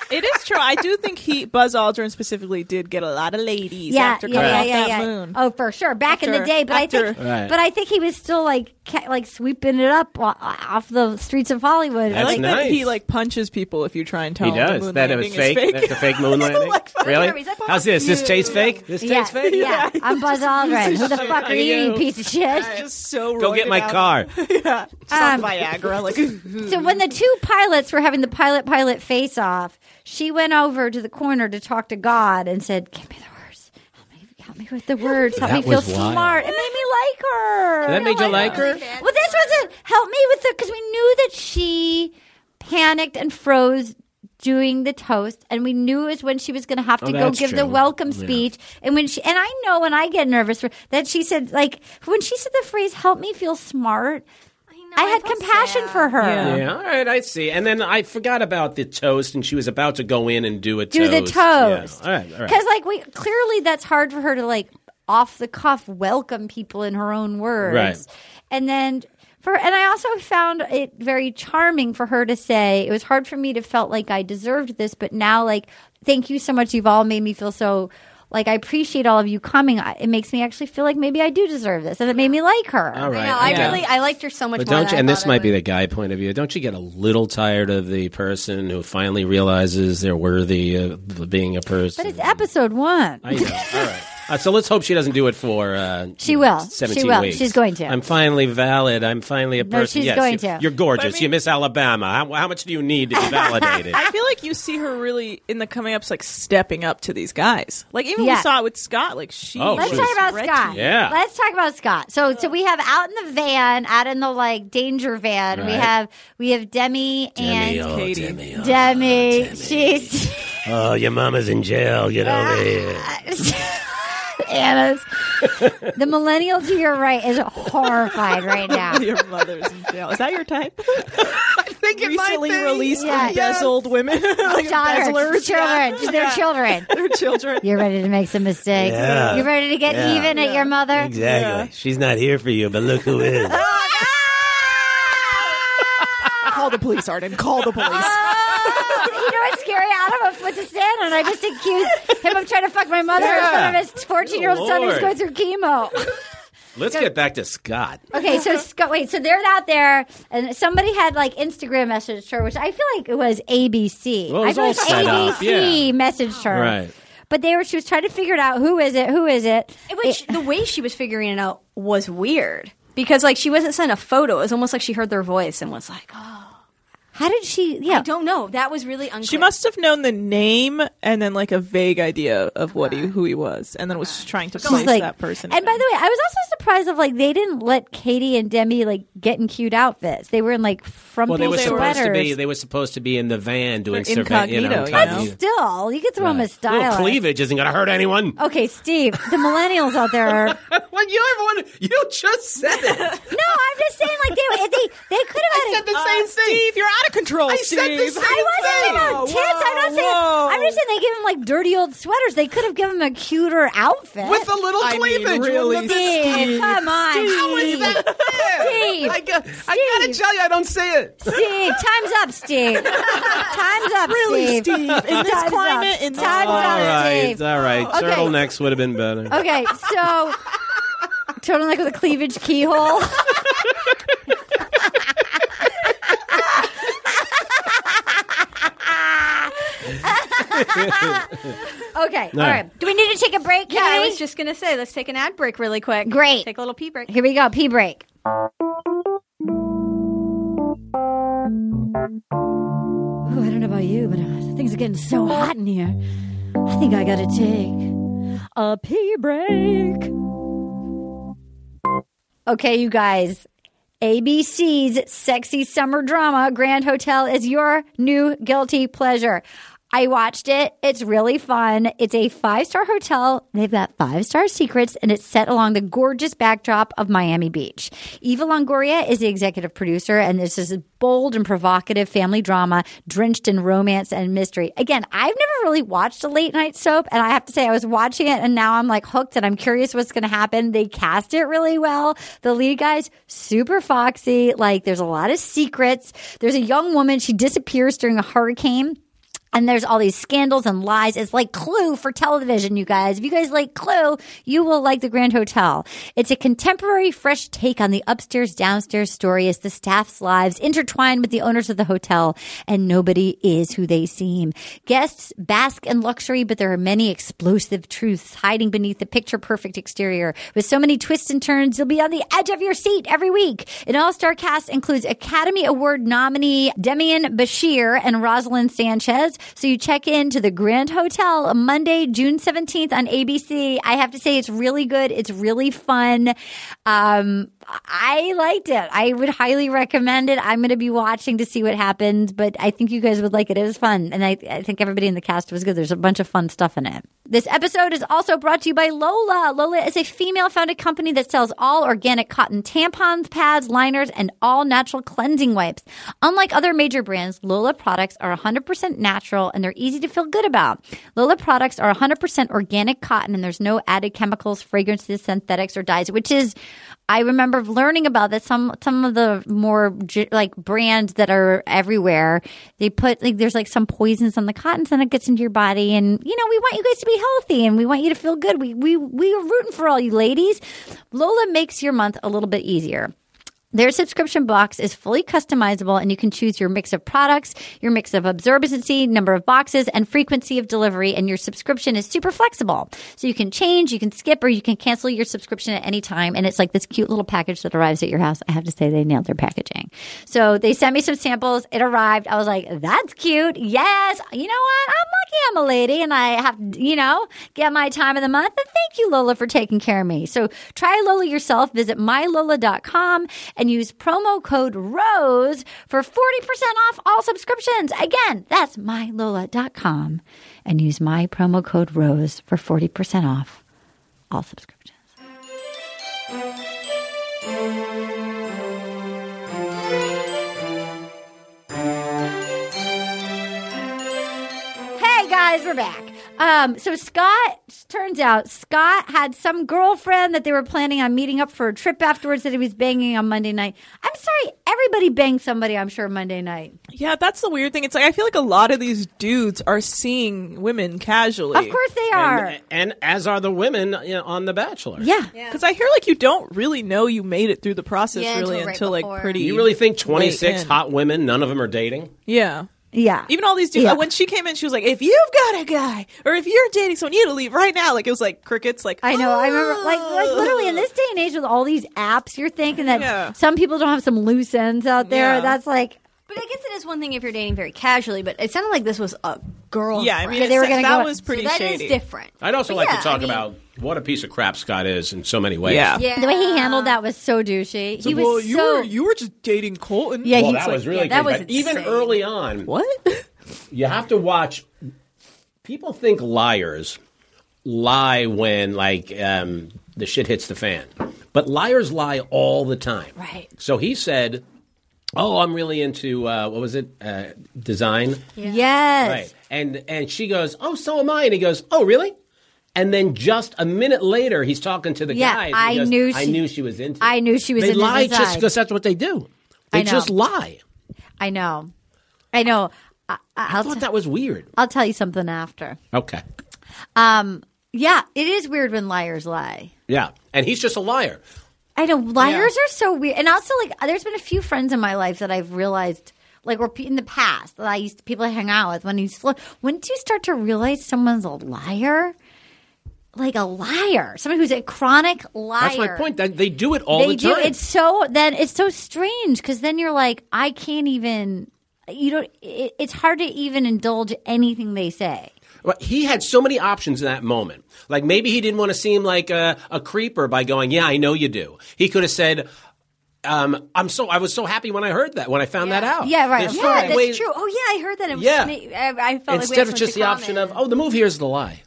It is true. I do think he Buzz Aldrin specifically did get a lot of ladies
yeah,
after
yeah,
coming
yeah,
off
yeah,
that
yeah.
moon.
Oh, for sure. Back in the
After-
day, but I think,
after-
Right.
but I think he was still like ca- like sweeping it up o- off the streets of Hollywood.
I
That's
like that
nice.
he like punches people if you try and tell
He
him Oh, the
does.
moon
That it was
landing
fake.
is fake.
That's a fake moon landing. really? How's this? This taste fake? This
yeah,
taste fake?
yeah. I'm Buzz Aldrin. Who the
shit.
fuck are you, you piece of shit?
just so
Go get
roided
my
out.
car.
yeah, just on
Um,
Viagra. Like,
So when the two pilots were having the pilot pilot face off, she went over to the corner to talk to God and said, "Give me the words. Help me, help me with the words. Help
That
me feel
was wild.
smart." It made me like her.
That made you like her?
Well, this wasn't help me with the because we knew that she panicked and froze doing the toast, and we knew it was when she was going to have to
Oh,
go
that's
give the
true.
welcome
Yeah.
speech. And when she and I know when I get nervous for- that she said like when she said the phrase "help me feel smart," I, had compassion for her.
Yeah.
Yeah, all right, I see. And then I forgot about the toast, and she was about to go in and do a
do
toast.
the toast.
Yeah. All right, all right.
Because like we clearly that's hard for her to like off the cuff welcome people in her own words.
Right.
And then for and I also found it very charming for her to say it was hard for me to felt like I deserved this, but now like thank you so much. You've all made me feel so like I appreciate all of you coming. I- It makes me actually feel like maybe I do deserve this, and it made me like her.
All right.
No, I
okay.
really I liked her so much
But
more.
don't
than
you,
I
and this
thought I
might be
would.
the guy point of view. Don't you get a little tired of the person who finally realizes they're worthy of being a person?
But it's episode one.
I know. All right. Uh, so let's hope she doesn't do it for. Uh,
She
you know,
will. She
Seventeen
will.
weeks.
She's going to.
I'm finally valid. I'm finally a
No,
person.
she's
yes,
going
you,
to.
You're gorgeous.
But I mean-
you miss Alabama. How, how much do you need to be validated?
I feel like you see her really in the coming ups, like stepping up to these guys. Like even
Yeah.
we saw it with Scott. Like she.
Oh,
Let's
she
was
talk about
ready.
Scott.
Yeah.
Let's talk about Scott. So so we have out in the van, out in the like danger van. We
Right.
have we have Demi and
Demi, oh,
Katie.
Demi, oh,
Demi. She's
oh, your mama's in jail. Get
Ah.
over here.
Anna's. the millennial to your right is horrified right now.
Your mother's in jail. Is that your type?
I think it might
Recently
be.
released
Yeah.
embezzled women, like
Daughters,
embezzlers, yeah.
children, their children.
their children.
You're ready to make some mistakes.
Yeah.
You're ready to get
Yeah.
even at your mother.
Exactly. She's not here for you, but look who is.
Call the police, Arden. Call the police.
Oh, you know what's scary? I don't know what to stand on. I just accused him of trying to fuck my mother in front of his 14 year old son who's
Lord.
going through chemo.
Let's get back to Scott.
Okay, so Scott, wait, so they're out there, and somebody had like Instagram messaged her, which I feel like it was ABC.
Well, it was
I feel
all
like
set
ABC
up, yeah.
messaged her,
Right.
But they were, she was trying to figure it out. Who is it? Who is it?
Which the way she was figuring it out was weird because like she wasn't sent a photo. It was almost like she heard their voice and was like, "Oh,
how did she?" Yeah,
I don't know. That was really unclear.
She must have known the name and then like a vague idea of what he who he was, and then was just trying to
She's
place
like-
that person.
And by the way, I was also surprised of like they didn't let Katie and Demi like get in cute outfits. They were in like frumpy
Well, they were supposed
sweaters.
to be. They were supposed to be in the van doing
They're
survey. You know,
incognito,
incognito.
Still, you could throw them a
Little
style.
cleavage isn't going to hurt anyone.
Okay, Steve, the millennials out there are.
Well, you everyone, you just said it. no,
I'm just saying, like they if they they could have had
said the same thing.
Uh, Steve, you're out of control.
I
Steve.
said the same
I wasn't
thing.
talking about tits. I'm not saying. I'm just saying they give him like dirty old sweaters. They could have given him a cuter outfit
With a little I mean, cleavage, really, wouldn't it?
Steve,
Steve.
come on.
How is
Steve.
that fair?
Steve,
I got- I gotta tell you, I don't see it.
Steve, time's up, Steve. Time's up,
Really,
Steve.
Steve? In this
Time's
climate,
up.
in this
time's
all
up,
right,
Steve.
all right.
Okay.
Turtlenecks would have been better.
Okay, so turtleneck with a cleavage keyhole. okay, all
All
right.
right.
Do we need to take a break?
Yeah, I
Henry?
was just gonna say, let's take an ad break really quick.
Great.
Take a little pee break.
Here we go. Pee break. Ooh, I don't know about you, but uh, things are getting so hot in here. I think I gotta take a pee break. Okay, you guys. ABC's sexy summer drama, Grand Hotel, is your new guilty pleasure. I watched it. It's really fun. It's a five star hotel. They've got five star secrets, and it's set along the gorgeous backdrop of Miami Beach. Eva Longoria is the executive producer, and this is a bold and provocative family drama drenched in romance and mystery. Again, I've never really watched a late night soap, and I have to say, I was watching it, and now I'm like hooked, and I'm curious what's going to happen. They cast it really well. The lead guy's super foxy. Like, there's a lot of secrets. There's a young woman, she disappears during a hurricane. And there's all these scandals and lies. It's like Clue for television, you guys. If you guys like Clue, you will like the Grand Hotel. It's a contemporary, fresh take on the upstairs, downstairs story as the staff's lives intertwine with the owners of the hotel, and nobody is who they seem. Guests bask in luxury, but there are many explosive truths hiding beneath the picture perfect exterior. With so many twists and turns, you'll be on the edge of your seat every week. An all star cast includes Academy Award nominee Demian Bashir and Rosalind Sanchez. So you check in to the Grand Hotel on Monday, June 17th on ABC. I have to say, it's really good. It's really fun. Um, I liked it. I would highly recommend it. I'm going to be watching to see what happens, but I think you guys would like it. It was fun. And I, I think everybody in the cast was good. There's a bunch of fun stuff in it. This episode is also brought to you by Lola. Lola is a female founded company that sells all organic cotton tampons, pads, liners, and all natural cleansing wipes. Unlike other major brands, Lola products are 100% natural and they're easy to feel good about. Lola products are 100% organic cotton and there's no added chemicals, fragrances, synthetics, or dyes, which is I remember learning about that some some of the more j- like brands that are everywhere they put like there's like some poisons on the cottons and it gets into your body and you know we want you guys to be healthy and we want you to feel good we we we are rooting for all you ladies Lola makes your month a little bit easier their subscription box is fully customizable and you can choose your mix of products, your mix of absorbency, number of boxes, and frequency of delivery. And your subscription is super flexible. So you can change, you can skip, or you can cancel your subscription at any time. And it's like this cute little package that arrives at your house. I have to say, they nailed their packaging. So they sent me some samples. It arrived. I was like, that's cute. Yes. You know what? I'm lucky I'm a lady and I have, to, you know, get my time of the month. And thank you, Lola, for taking care of me. So try Lola yourself. Visit mylola.com and use promo code ROSE for 40% off all subscriptions. Again, that's mylola.com and use my promo code ROSE for 40% off all subscriptions. Hey guys, guys, we're back. Um, so Scott turns out Scott had some girlfriend that they were planning on meeting up for a trip afterwards that he was banging on Monday night. I'm sorry, everybody bangs somebody. I'm sure Monday night.
Yeah, that's the weird thing. It's like I feel like a lot of these dudes are seeing women casually.
Of course they are.
And, and as are the women you know, on The Bachelor.
Yeah.
Because I hear like you don't really know you made it through the process
Yeah,
really
until right
until,
before.
like pretty.
You really think
late
26
in.
hot women, none of them are dating?
Yeah.
Yeah.
Even all these dudes.
Yeah.
When she came in, she was like, "If you've got a guy, or if you're dating someone, you need to leave right now." Like it was like crickets. Like "Oh."
I know. I remember, like, like literally in this day and age with all these apps, you're thinking that
Yeah.
some people don't have some loose ends out there.
Yeah.
That's like,
But I guess it is one thing if you're dating very casually, but it sounded like this was a girl.
Yeah, I mean, Yeah, they it's- were gonna that go- was pretty
so that is
shady.
different.
I'd also
But
like
yeah,
to talk
I mean-
about what a piece of crap Scott is in so many ways.
the way he handled that was so douchey. he was
well,
so
you were you were just dating Colton.
Yeah,
well,
he-
that was really
yeah, that
good.
was
but even
insane.
early on,
what
you have to watch. People think liars lie when like um, the shit hits the fan, but liars lie all the time.
Right.
So he said, "Oh, I'm really into uh, what was it? Uh, design."
yes.
Right. And and she goes, "Oh, so am I." And he goes, "Oh, really?" And then just a minute later, he's talking to the
Yeah,
guy.
I knew
I
she-
knew she was into.
I knew she was
they
in
lie
his
just
design.
because that's what they do. They
I know.
just lie.
I know. I know. I, I,
I thought that was weird.
I'll tell you something after.
Okay.
Um, yeah, it is weird when liars lie.
Yeah, and he's just a liar.
I know liars are so weird, and also like there's been a few friends in my life that I've realized like were pe- in the past that I used to, people I hang out with when you sl- when do you start to realize someone's a liar, like a liar, someone who's a chronic liar.
That's my point. That they do it all
they
the time.
do. It's so then it's so strange because then you're like I can't even you don't. It, it's hard to even indulge anything they say.
Well, He had so many options in that moment. Like maybe he didn't want to seem like a, a creeper by going, "Yeah, I know you do." He could have said, um, "I'm so I was so happy when I heard that when I found that out."
Yeah, right.
There's
yeah,
so many
that's
ways-
true. Oh yeah, I heard that. It was
Yeah.
sne- I, I felt
Instead
like we had so
of
much
just
in
the
common.
option of, "Oh, the move here is the lie."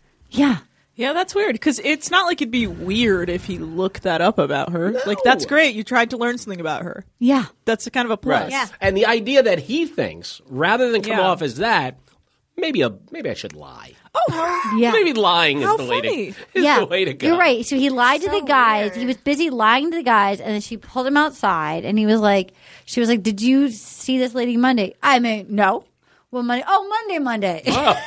Yeah, that's weird because it's not like it'd be weird if he looked that up about her. Like that's great. You tried to learn something about her.
Yeah,
that's a kind of a plus.
Right. And the idea that he thinks, rather than come
Yeah.
off as that, maybe a maybe I should lie.
Oh,
Yeah.
maybe lying
How
is the way
funny.
to is the way to go.
You're right. So he lied to the guys. He was busy lying to the guys, and then she pulled him outside, and he was like, "She was like, did you see this lady Monday? I mean, no. Well, Monday. Oh, Monday, Monday.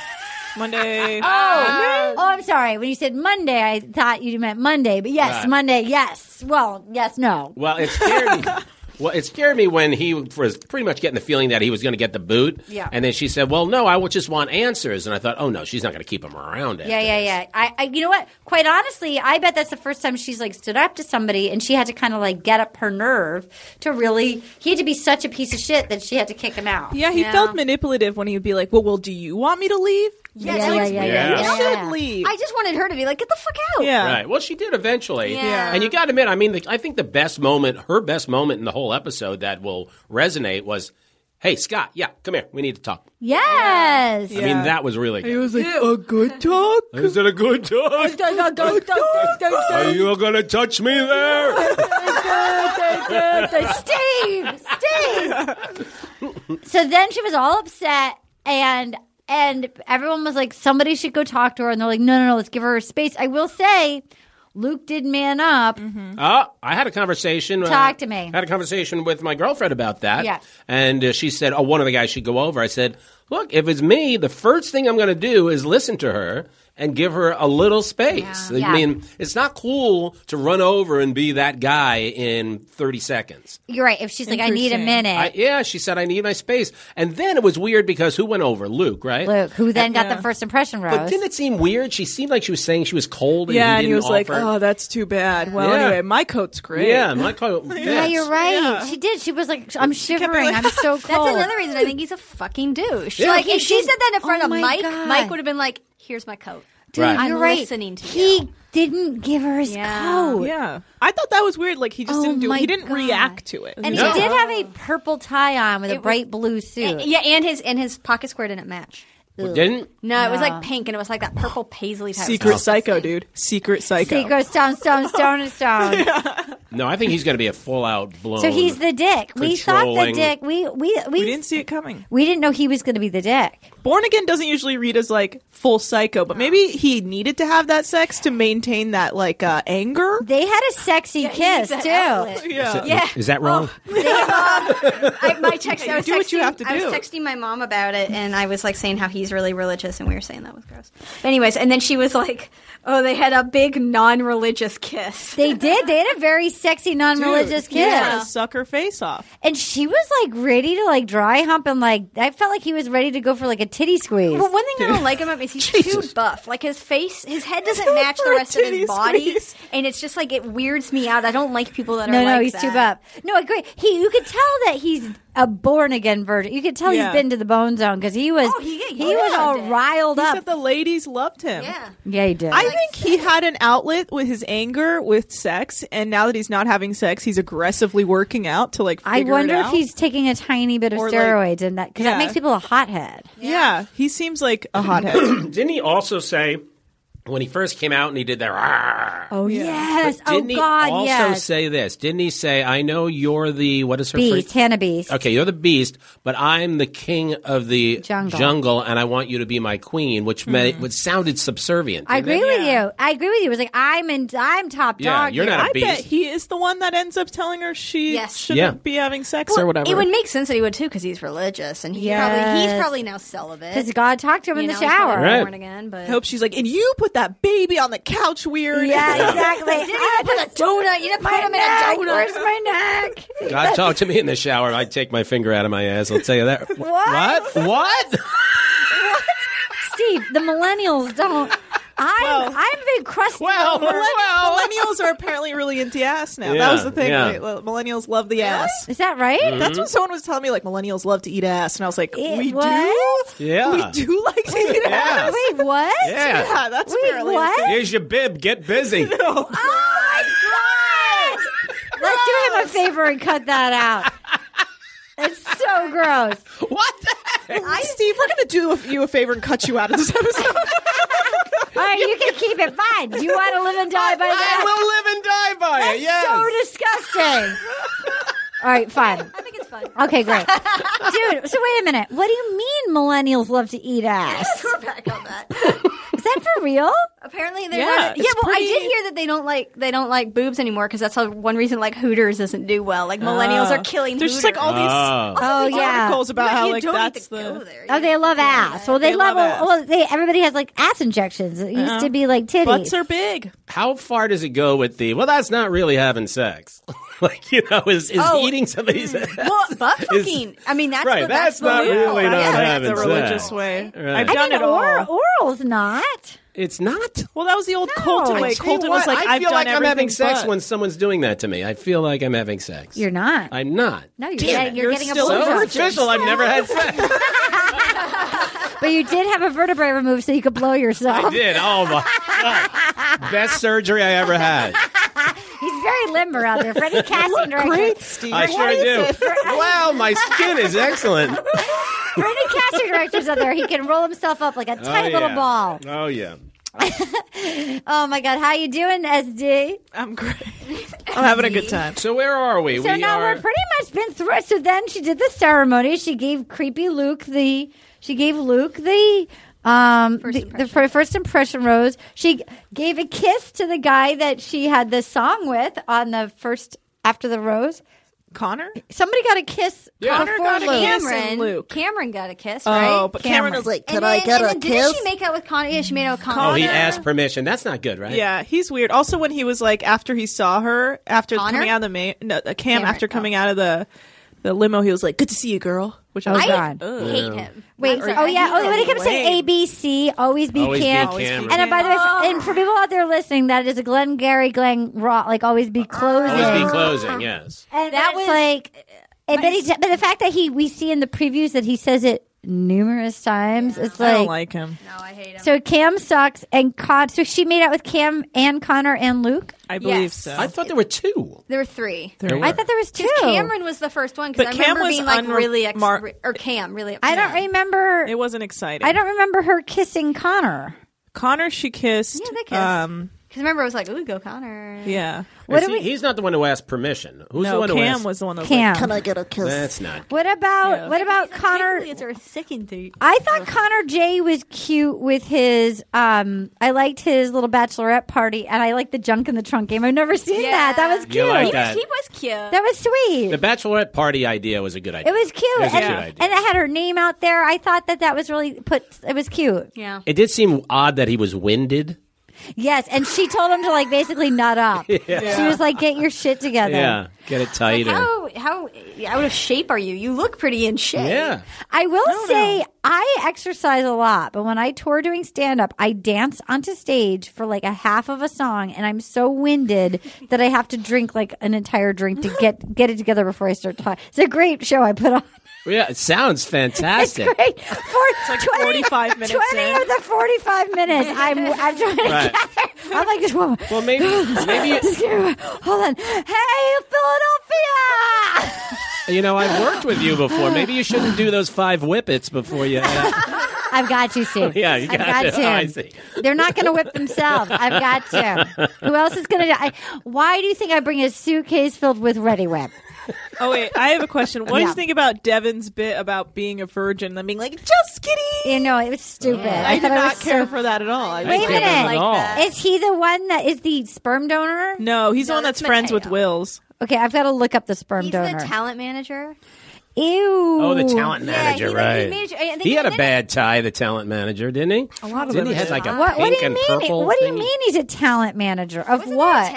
Monday.
oh, oh, I'm sorry. When you said Monday, I thought you meant Monday, but yes,
Right.
Monday. Yes. Well, yes, no.
Well, it scared me. Well, it scared me when he was pretty much getting the feeling that he was going to get the boot.
Yeah.
And then she said, "Well, no, I would just want answers." And I thought, "Oh no, she's not going to keep him around."
Yeah, yeah, yeah. I, I, you know what? Quite honestly, I bet that's the first time she's like stood up to somebody, and she had to kind of like get up her nerve to really. He had to be such a piece of shit that she had to kick him out.
Yeah, he felt manipulative when he would be like, "Well, well, do you want me to leave?"
Yeah,
It's
yeah,
like,
yeah, yeah,
You
yeah.
should
Yeah.
leave.
I just wanted her to be like, get the fuck out.
Yeah.
Right. Well, she did eventually.
Yeah.
And you got to admit, I mean, the, I think the best moment, her best moment in the whole episode that will resonate was, "Hey, Scott, yeah, come here, we need to talk."
Yes.
I mean, that was really good.
was like a good talk.
Is it a good talk?
oh,
Are you going to touch me there?
Steve, Steve. so then she was all upset, and and everyone was like, somebody should go talk to her, and they're like, no, no, no, let's give her her space. I will say, Luke did man up.
Uh, I had a conversation. uh,
Talk to me.
Had a conversation with my girlfriend about that.
Yeah.
And uh, she said, "Oh, one of the guys should go over." I said, "Look, if it's me, the first thing I'm going to do is listen to her and give her a little space. I
Yeah.
mean, it's not cool to run over and be that guy in 30 seconds."
You're right. If she's like, I need a
Interesting.
minute.
I, yeah, she said, "I need my space." And then it was weird because who went over? Luke, right?
Luke, who then got the first impression rose.
But didn't it seem weird? She seemed like she was saying she was cold. And
yeah,
he
and he
didn't
was like,
offer.
"Oh, that's too bad." Well,
Yeah.
anyway, my coat's great.
Yeah, my coat
yeah,
fits.
you're right. She did. She was like, I'm shivering. I'm so cold.
That's another reason I think he's a fucking douche.
Yeah.
Like
He
if she
did-
said that in front
Oh
of
my
Mike,
God.
Mike would have been like, "Here's my coat.
Dude,
Right.
you're
I'm
right.
listening to
he didn't give her his coat.
Yeah, I thought that was weird. Like he just
Oh
didn't do.
my
it. He didn't react to it.
And
No.
he did have a purple tie on with a bright blue suit.
Yeah, and his and his pocket square didn't match.
It didn't.
No, it was like pink, and it was like that
Oh.
purple paisley type.
Secret psycho, dude. Secret psycho.
Secret stone, stone, stone, and stone.
No, I think he's going to be a full out blown.
So he's the dick. We thought the
Oh, controlling-
dick. We we we,
We didn't see it coming.
We didn't know he was going to be the dick.
Born again doesn't usually read as like full psycho, but maybe he needed to have that sex to maintain that like uh, anger.
They had a sexy kiss too.
"Oh,
"Oh."
Is, it-
Yeah.
is that wrong?
I, my text.
Yeah, you
I was
do
texting,
what you have to
I was
do.
texting my mom about it, and I was like saying how he's really religious, and we were saying that was gross. But anyways, and then she was like, "Oh, they had a big non-religious kiss."
They did. They had a very sexy non-religious
Dude, he was trying to
kiss.
suck her face off.
And she was like ready to like dry hump and like I felt like he was ready to go for like a titty squeeze.
Well, one thing I don't like about him is he's too buff. Like his face, his head doesn't match the
For a
rest of
titty
his body, and it's just like it weirds me out. I don't like people that are
no, no,
like
he's too
that.
buff. No, I agree. He, you could tell that he's a born again virgin. You could tell
Yeah.
he's been to the bone zone because he was
he
he,
get
was all
yelled at.
riled
He
up.
said the ladies loved him.
Yeah.
yeah, he did.
I think he had an outlet with his anger with sex, and now that he's not having sex, he's aggressively working out to like. Figure
I
it
wonder if
out.
he's taking a tiny bit of
Or, like-
steroids and that because
Yeah.
that makes people a hothead.
Yeah. he seems like a
Oh.
hothead.
Didn't he also say when he first came out and he did that? "Rah,"
Oh yes.
But didn't
oh God.
he also
yes.
say this? Didn't he say, "I know you're the what is her
Beast.
phrase?
Hannah Beast.
Okay, you're the beast, but I'm the king of the
Jungle. Hmm.
and I want you to be my queen," which meant which sounded subservient.
I
didn't
agree
it?
with you. I agree with you. It was like I'm in. I'm top
Yeah,
dog.
you're
here.
not a
I bet
beast.
he is the one that ends up telling her she
Yes.
shouldn't
Yeah.
be having sex
Well,
or whatever.
It would make sense that he would too, because he's religious, and he probably he's
Yes.
probably now celibate.
Because God talked to him in the
know, he's probably
shower.
Right.
born again, but
Hope she's like, and you put that baby on the couch weird.
Yeah, exactly.
You didn't even put a donut. You didn't put him in
neck.
a donut.
Where's my neck?
God talk to me in the shower. I'd take my finger out of my ass. I'll tell you that. What?
What?
What?
Steve, the millennials don't. I'm I'm big crusty.
Well,
over-
millenn- millennials are apparently really into ass now.
Yeah,
that was the thing.
yeah.
right? Well, Millennials love the ass.
is that right?
That's what someone was telling me. Like millennials love to eat ass, and I was like,
It-
we
what?
do.
Yeah.
we do like to eat
Yeah.
ass.
Wait, what?
Yeah.
Yeah, that's
Wait,
apparently
what?
Here's your bib. Get busy.
No.
Oh my god! Let's do him a favor and cut that out. It's so gross.
What? The heck?
Steve, we're gonna do a- you a favor and cut you out of this episode.
All right, you can keep it. Fine. Do you want to live and die by
I
that?
will live and die by it. Yes.
So disgusting. All right, fine.
I think it's fun.
Okay, great. Dude, so wait a minute. What do you mean millennials love to eat ass?
We're back on that.
Is that for real?
Apparently they're
Yeah,
not. Yeah,
it's
well, I
pretty-
did hear that they don't like they don't like boobs anymore because that's how one reason like Hooters doesn't do well. Like millennials are killing.
There's
Hooters.
Ah. just like all these
Oh.
Oh,
articles
yeah.
about
You-
how
you
like
don't need
that's
to go
the
there.
Oh, they love ass. Well, they,
They
love.
love ass.
Well, they everybody has like ass injections. It used to be like titties.
butts are big.
How far does it go with the? Well, that's not really having sex. like you know, is is
Oh.
eating somebody's ass.
well, butt
is-
fucking. I mean, that's
Right,
The,
that's
the
not
loophole.
really not
yeah.
having
the
sex.
religious way.
Right.
I've
I
done
I
it
mean, or,
all.
oral's not.
It's not.
well, that was the old Colton way.
Tell you
Colton
what,
was like,
I
have
feel
done
like I'm
everything
having sex
but.
when someone's doing that to me. I feel like I'm having sex.
You're not.
I'm not.
no, you're
Damn
getting,
it.
you're, getting a
still
so
blowjob.
official. I've never had sex.
But you did have a vertebrae removed, so you could blow yourself.
I did. Oh my! God. Best surgery I ever had.
He's very limber out there. Freddie casting director. Great,
I sure do. Wow, my skin is excellent.
Freddie casting director's out there. He can roll himself up like a tiny
Oh,
little
yeah.
ball.
Oh yeah.
Oh my god, how you doing, SD?
I'm great. I'm having a good time.
So where are we?
So
we
now
are.
we're pretty much been through it. So then she did the ceremony. She gave creepy Luke the she gave Luke the um the, the fir- first impression rose. She g- gave a kiss to the guy that she had the song with on the first after the rose.
Connor?
Somebody got a kiss.
Yeah.
Connor
got a kiss.
Cameron,
Luke.
Cameron got a kiss, right?
Oh, but Cameron was like,
and
can
then,
I get
and
a
then
kiss?
Didn't she make out with Connor? Yeah, she made out with Connor.
Oh, he asked permission. That's not good, right?
Yeah, he's weird. Also, when he was like, after he saw her, after
Connor?
coming out of the ma- no, uh, Cam,
Cameron,
after coming out of the the limo, he was like, "Good to see you, girl." Which I was
I
like,
God.
hate him.
Wait,
I'm sorry,
oh
I
yeah,
hate
oh,
him.
when he kept saying ABC, always be
Always be
Cam.
Always be Cameron.
And uh, by the way,
Cameron.
and for people out there listening, that is a Glenn Gary, Glenn Raw, like always be closing.
Always be closing. Yes.
And
That
that
was-
was like, and but, he, but the fact that he we see in the previews that he says it numerous times, it's
I don't
like,
like him.
No, I hate him.
so Cam sucks and Con. So she made out with Cam and Connor and Luke.
I believe
Yes.
so.
I thought there were two.
there were three.
There
I thought there was two.
Cameron was the first one because I
But Cam
remember
was
being like
unre-
really ex-
mar-
or Cam really.
I don't
upset.
remember.
it wasn't exciting.
I don't remember her kissing Connor.
Connor, she kissed.
Yeah, they kissed.
Um,
Because remember, I was like, "Ooh, go Connor."
Yeah.
What see, he's not the one who asked permission. Who's
No,
the one who
Cam
asked?
was the one that was
Cam.
like,
Can I
get a kiss?
That's not.
What about what about Connor?
It's our second date.
I thought
Uh-huh.
Connor J was cute with his. Um, I liked his little bachelorette party, and I liked the junk in the trunk game. I've never seen that. That was
You
cute.
like He was- that. he
was cute.
That was sweet.
The bachelorette party idea was a good idea.
it was cute,
It was a
and,
good idea.
and it had her name out there. I thought that that was really put. It was cute.
Yeah.
It did seem odd that he was winded.
Yes, and she told him to like basically nut up.
Yeah.
She was like, "Get your shit together."
Yeah, get it tighter.
How how out of shape are you? You look pretty in shape.
Yeah.
I will say I exercise a lot, but when I tour doing stand up, I dance onto stage for like a half of a song and I'm so winded that I have to drink like an entire drink to get get it together before I start talking. It's a great show I put on.
yeah, it sounds
It's
fantastic.
great. For 20,
45 minutes
20
in.
of the 45 minutes I'm I'm trying to
Right.
gather. I'm like this woman.
Well, maybe maybe
Just give me- hold on. Hey, Philadelphia.
you know I've worked with you before. Maybe you shouldn't do those five whippets before you.
I've got you, Steve.
Yeah, you
I've
got
got,
it. Oh,
to.
I see.
They're not going to whip themselves. I've got to. Who else is going to? I, why do you think I bring a suitcase filled with Ready Whip?
Oh wait, I have a question. What do
Yeah.
you think about Devin's bit about being a virgin and then being like, just kidding?
You know, it was stupid.
I, did
thought it
not
was
care
so-
for that at all. I
Wait a
just-
minute. Is he the one that is the sperm donor?
No, he's the one that's, friends with Wills.
Okay, I've got to look up the sperm
He's
donor.
the talent manager.
Ew.
Oh, the talent manager,
he-
right?
he manager- I think
he
he
had a
did it.
bad tie, the talent manager, didn't he?
A lot of
didn't he
them
had
did.
like a
What,
pink
what do you
and
mean?
purple.
What do you
thingy?
mean he's a talent manager? Of what?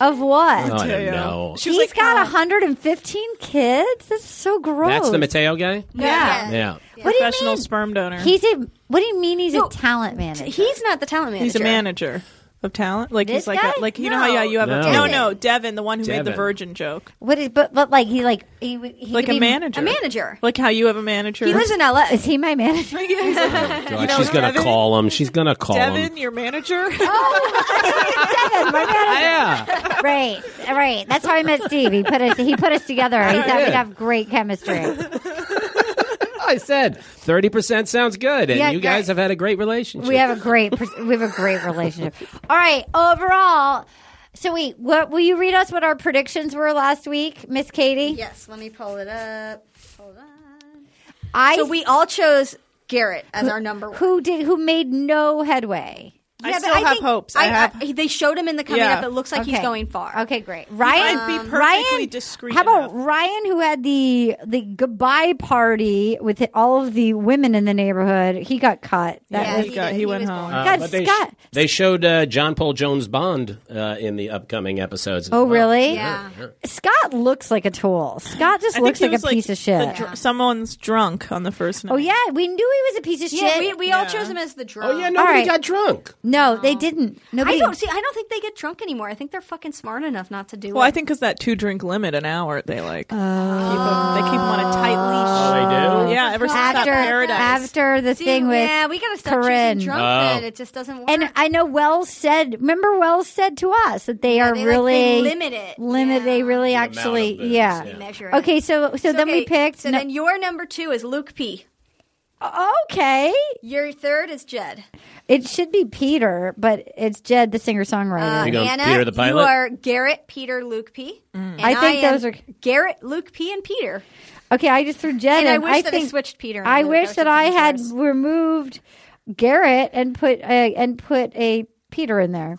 Of what?
I don't know.
She's
uh,
got 115 kids. That's so gross.
That's the Mateo guy.
Yeah.
Yeah.
What do you
Professional sperm donor.
He's a. What do you mean he's a talent manager?
He's not the talent manager.
He's a manager of talent. Like
This
he's like
guy?
a, like you know how yeah you have
No.
a no
Devin.
no Devin the one who made
Devin.
the virgin joke
What is? But but like he like he, he
like
could
a
be-
manager
manager.
like how you have a manager.
He lives in LA.
Is he my manager?
God, she's gonna call him. She's gonna call him.
Devin your manager. Oh,
Devin, my manager.
Yeah.
Right, right. That's how I met Steve. He put us he put us together.
Oh,
He thought
did.
we'd have great chemistry.
I said thirty percent sounds good, and
Yeah,
you guys
great.
have had a great relationship.
We have a great pers- we have a great relationship. All right. Overall, so wait, what will you read us what our predictions were last week, Miss Katie?
Yes, let me pull it up. Hold on.
I
so we all chose Garrett as our number one.
who did who made no headway.
I still have hopes. I have-
they showed him in the coming
Yeah.
up. It looks like he's
Okay.
going far.
Okay, great. Ryan,
might be perfectly
Ryan,
discreet
how about Ryan, who had the the goodbye party with all of the women in the neighborhood? He got cut. That
Yeah,
was
he got- he went home.
Uh,
God,
but they,
Scott.
they showed uh, John Paul Jones Bond uh, in the upcoming episodes. as
Oh,
well.
really?
Yeah.
Scott looks like a tool. Scott just
I think
looks
he
like a
was, like,
piece
the
of shit.
dr- someone's drunk on the first night.
oh yeah, we knew he was a piece of
Yeah,
shit.
we, we all chose him as the drunk.
Oh yeah, nobody
right.
got drunk.
no, they didn't. Nobody.
I don't see. I don't think they get drunk anymore. I think they're fucking smart enough not to do
Well,
it.
I think because that two drink limit an hour, they like keep 'em- they keep them on a
Uh,
tight leash.
Oh, they do.
Yeah, ever since that
after
paradise.
after the
See,
thing with
yeah, we gotta stop
Corinne.
choosing drunk.
Oh.
Then it just doesn't work.
And I know Wells said. Remember, Wells said to us that they are
they, like,
really
they limit it.
Limit. They really
amount
actually.
of booze,
yeah.
yeah. They
measure it.
Okay. So so, then we
okay,
picked.
So
no-
then your number two is Luke P.
okay.
Your third is Jed.
It should be Peter, but it's Jed, the singer
Uh,
songwriter.
You going
Anna,
Peter the Pilot?
you are Garrett, Peter, Luke P. And
I think
am
those are-
Garrett, Luke P, and Peter.
okay, I just threw Jed.
And
in.
I wish that I
think-
switched Peter. and
I
Luke.
wish that
should
I
switch
had
yours.
removed Garrett and put a, and put a Peter in there.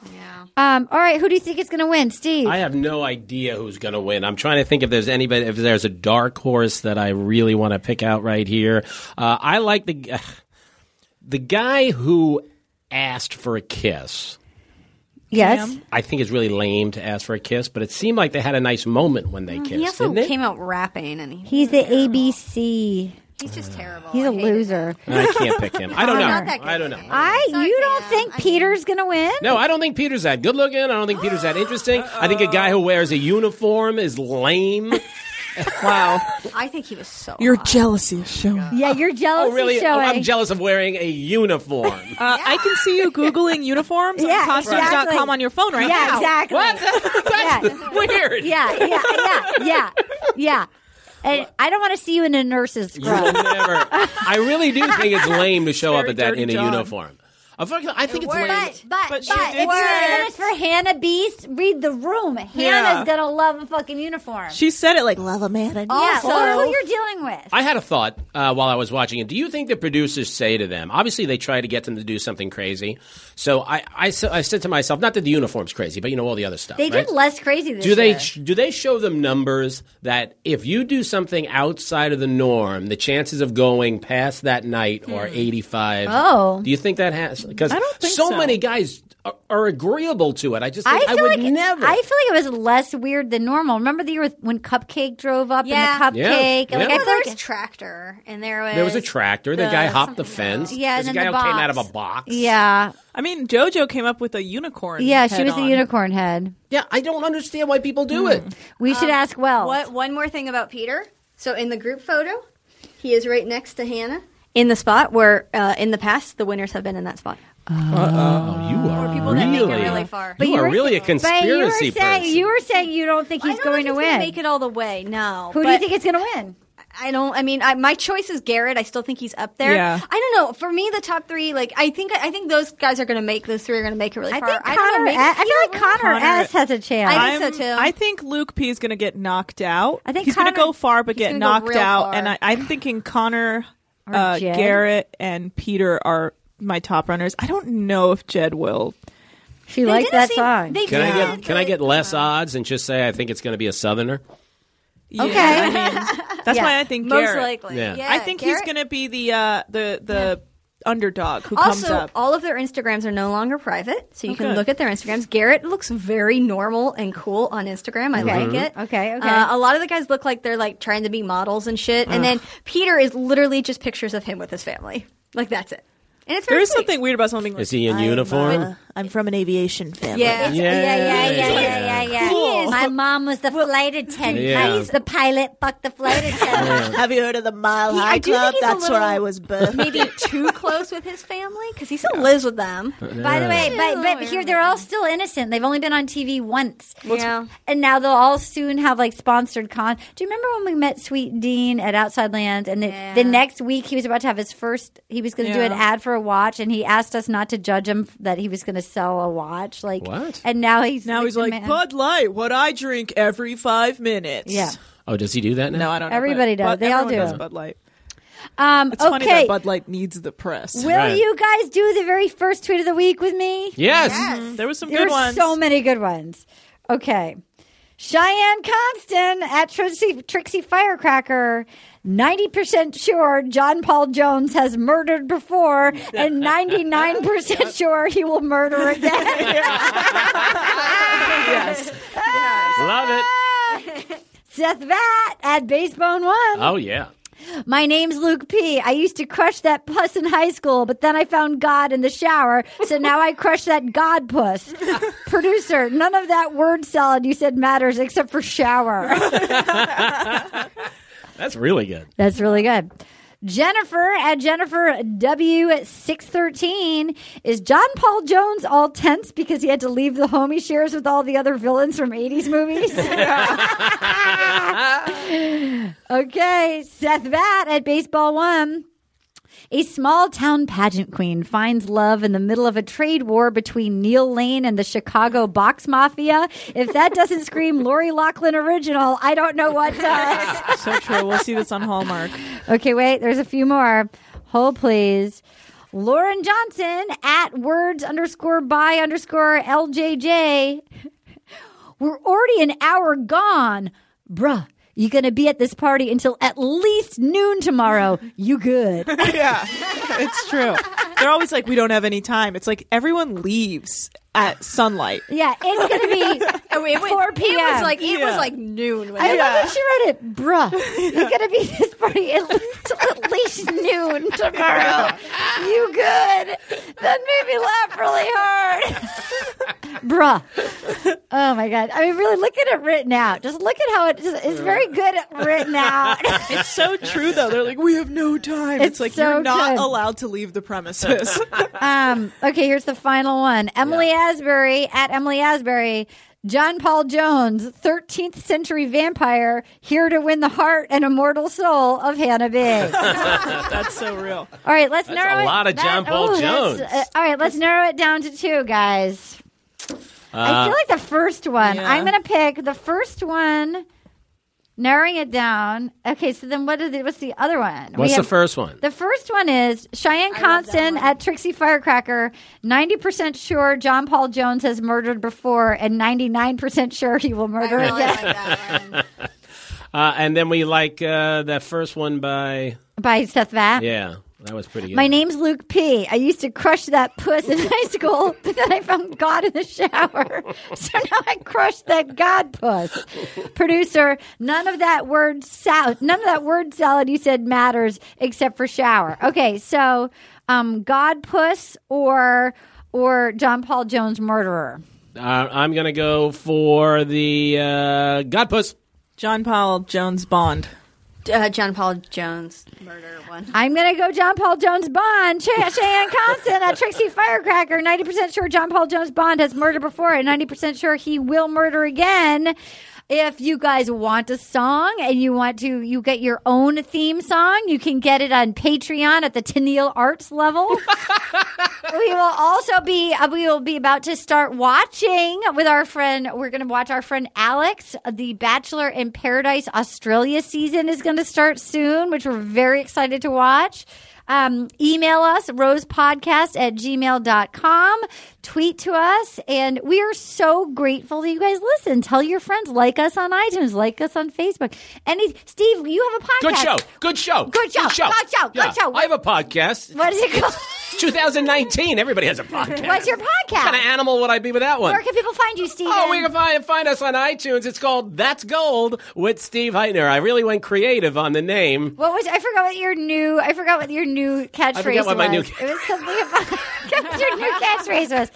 Um, all right, who do you think is going to win, Steve?
I have no idea who's going to win. I'm trying to think if there's anybody, if there's a dark horse that I really want to pick out right here. Uh, I like the g- the guy who asked for a kiss.
yes,
I think it's really lame to ask for a kiss, but it seemed like they had a nice moment when they kissed,
Mm, He also
didn't it?
came out rapping, and he,
he's the ABC.
he's
Uh,
just terrible.
He's
Oh, I
a
hate
loser.
I can't pick him. I don't
not
know.
that good
I don't know.
I you don't think Peter's going to win?
No, I don't think Peter's that good looking. I don't think Peter's that interesting. I think a guy who wears a uniform is lame. Oh,
wow,
it. I think he was so.
your
hot.
jealousy is showing.
Yeah, you're jealous.
Oh, really? Oh,
Showing.
I'm jealous of wearing a uniform.
Uh, I can see you googling uniforms
Yeah,
on costumes.com
exactly.
on your phone right
yeah,
now.
exactly.
That's weird.
Yeah, yeah, yeah, yeah, yeah. And I don't want to see you in a nurse's
You will
scrub.
never. I really do think it's lame to show up
very
at that
Dirty
in a
John.
uniform. A fucking, I think
It
it's
worked.
lame.
But but,
she
but
did
it's
say
minutes for Hannah Beast. Read the room. Hannah's gonna love a fucking uniform.
She said it like love a man. And
yeah,
also,
look who you're dealing with.
I had a thought uh, while I was watching it. Do you think the producers say to them? Obviously, they try to get them to do something crazy. So I, I, s- I said to myself, not that the uniform's crazy, but you know all the other stuff.
They
right?
did less crazy this
Do they
year.
do they show them numbers that if you do something outside of the norm, the chances of going past that night are eighty five?
Oh.
do you think that has? Because
I don't think
so,
so.
many guys are, are agreeable to it. I just
I
think I,
feel
would
like
never.
I
feel like it was less weird than normal. Remember the year when Cupcake drove up
Yeah.
in the cupcake?
Yeah.
Like,
Yeah.
I
Well,
feel
there
like
was tractor, and there was
there was a tractor. The,
the-
guy hopped the fence.
Yeah,
There's
and
a guy
then the
who came out of
box.
a box.
Yeah.
I mean, JoJo came up with a unicorn.
Yeah, she was
a
the unicorn head.
Yeah, I don't understand why people do it.
We should ask well.
Um, What one more thing about Peter? So in the group photo, he is right next to Hannah in the spot where uh, in the past the winners have been in that spot.
Oh, you are really, You, are really a
but you were
conspiracy
saying
person.
you were saying you don't think
I
he's
don't know
going
if
to
he's gonna
win.
Make it all the way. No.
Who do you
but
think is going to win?
I don't. I mean, I, my choice is Garrett. I still think he's up there.
Yeah.
I don't know. For me, the top three, like I think, I think those guys are going to make those three are going to make it really
I
far.
think
I don't know.
Connor
Maybe,
S- I feel like Connor S has a chance.
I think so
I'm-
too.
I think Luke P is going to get knocked out. I think he's going
Connor-
to go far, but
he's
get
gonna go
knocked
real
out.
far.
And I, I'm thinking Connor, uh,
Jed?
Garrett, and Peter are my top runners. I don't know if Jed will.
She
They liked didn't that seem- song. they
can I get can I get less odds and just say I think it's going to be a southerner?
Okay, that's
Yeah.
why I think
Most
Garrett.
likely.
Yeah.
Yeah,
I think
Garrett-
he's going to be the uh, the the underdog who comes
also,
up.
all of their Instagrams are no longer private, so you
Oh,
can
good.
look at their Instagrams. Garrett looks very normal and cool on Instagram. I
Okay.
like it.
Okay, okay.
Uh, a lot of the guys look like they're like trying to be models and shit, and then
Ugh.
Peter is literally just pictures of him with his family. Like that's it. And it's very
There is
sweet.
something weird about something. Like,
Is he in uniform?
I'm from an aviation family.
Yeah.
Yeah,
yeah, yeah, yeah,
yeah.
yeah, yeah, yeah.
Cool.
My mom was the flight attendant.
Yeah.
He's the pilot. Fuck the flight attendant.
Have you heard of the Mile
He- I
High
do think
Club?
he's a
That's where
little-
I was birthed.
maybe too close with his family because he still lives with them.
By the way, but, but here they're all still innocent. They've only been on TV once,
yeah.
and now they'll all soon have like sponsored con. Do you remember when we met Sweet Dean at Outside Lands, and the, the next week he was about to have his first. He was going to do an
Yeah.
ad for a watch, and he asked us not to judge him f- that he was going to sell a watch. Like
What?
And now he's
Now he's
the
like
man.
Bud Light, what I drink every five minutes.
Yeah.
Oh, does he do that now?
No, I don't. know,
Everybody
but
does.
Bud-
They all
everyone
do.
Does Bud Light.
Um,
It's
okay.
funny that Bud Light needs the press.
Will you guys do the very first tweet of the week with me?
Yes.
There was some
There
good
are
ones.
so many good ones. Okay. Cheyenne Constant at Trixie, Trixie Firecracker. 90% sure John Paul Jones has murdered before, and 99% sure he will murder again.
yes.
Love it.
Seth Vatt at Basebone One.
Oh yeah.
My name's Luke P. I used to crush that puss in high school, but then I found God in the shower, so now I crush that God puss. Producer, none of that word salad you said matters except for shower.
That's really good.
That's really good. Jennifer at Jennifer W613 is John Paul Jones all tense because he had to leave the home he shares with all the other villains from 80s movies. okay, Seth Vatt at Baseball One. A small town pageant queen finds love in the middle of a trade war between Neil Lane and the Chicago box mafia. If that doesn't scream Lori Lachlan original, I don't know what does.
so true. We'll see this on Hallmark.
Okay, wait. There's a few more. Hold, please. Lauren Johnson at words underscore by underscore LJJ. We're already an hour gone. Bruh, you going to be at this party until at least noon tomorrow. You good.
yeah, it's true. They're always like, we don't have any time. It's like everyone leaves at sunlight.
Yeah, it's going to be
I mean, it was,
4
it was
p.m..
like it was
Yeah.
like noon. When
I
they-
love that she wrote it, bruh. You're gonna be at this party at least, at least noon tomorrow. You good? That made me laugh really hard, bruh. Oh my god! I mean, really, look at it written out. Just look at how it is. It's very good written out.
It's so true though. They're like, we have no time. It's,
It's
like
so
you're not
good.
allowed to leave the premises.
Um, okay, here's the final one. Emily Asbury at Emily Asbury. John Paul Jones, 13th century vampire, here to win the heart and immortal soul of Hannah Biggs.
That's so real.
All right, let's
That's
narrow
a
it-
lot of
that-
John Paul
oh, that's-
Jones.
uh, all right, let's narrow it down to two, guys. I
Uh,
feel like the first one.
Yeah.
I'm gonna pick the first one. Narrowing it down. Okay, so then what is the, what's the other one? We
What's
have-
the first one?
The first one is Cheyenne Constant at Trixie Firecracker. Ninety percent sure John Paul Jones has murdered before, and ninety nine percent sure he will murder again.
uh, and then we like uh, that first one by.
By Seth Vapp.
Yeah, that was pretty good.
My name's Luke P. I used to crush that puss in high school, but then I found God in the shower. So now I crush that God puss. Producer, none of that word salad, none of that word salad you said matters except for shower. Okay, so um, God puss or or John Paul Jones murderer.
Uh, I'm going to go for the uh, Godpuss.
John Paul Jones Bond.
Uh, John Paul Jones murder one.
I'm going to go John Paul Jones Bond. Che- Cheyenne Constant at Trixie Firecracker. 90% sure John Paul Jones Bond has murdered before and 90% sure he will murder again. If you guys want a song and you want to, you get your own theme song, you can get it on Patreon at the Tennille Arts level. we will also be, uh, we will be about to start watching with our friend, we're going to watch our friend Alex. The Bachelor in Paradise Australia season is going to start soon, which we're very excited to watch. Um, email us, rosepodcast at gmail.com. Tweet to us. And we are so grateful that you guys listen. Tell your friends, like us on iTunes, like us on Facebook. And Steve, you have a podcast.
Good show. Good show.
Good show. Good show. Good
Yeah.
show.
I have a podcast.
What is it called?
It's 2019. Everybody has a podcast.
What's your
What kind of
podcast?
animal would I be without one?
Where can people find you, Steve?
Oh, we can find, find us on iTunes. It's called That's Gold with Steve Heitner. I really went creative on the name.
What was I forgot what your new I forgot what your new catchphrase
I forget what
was.
my new
it was something about what your new catchphrase was.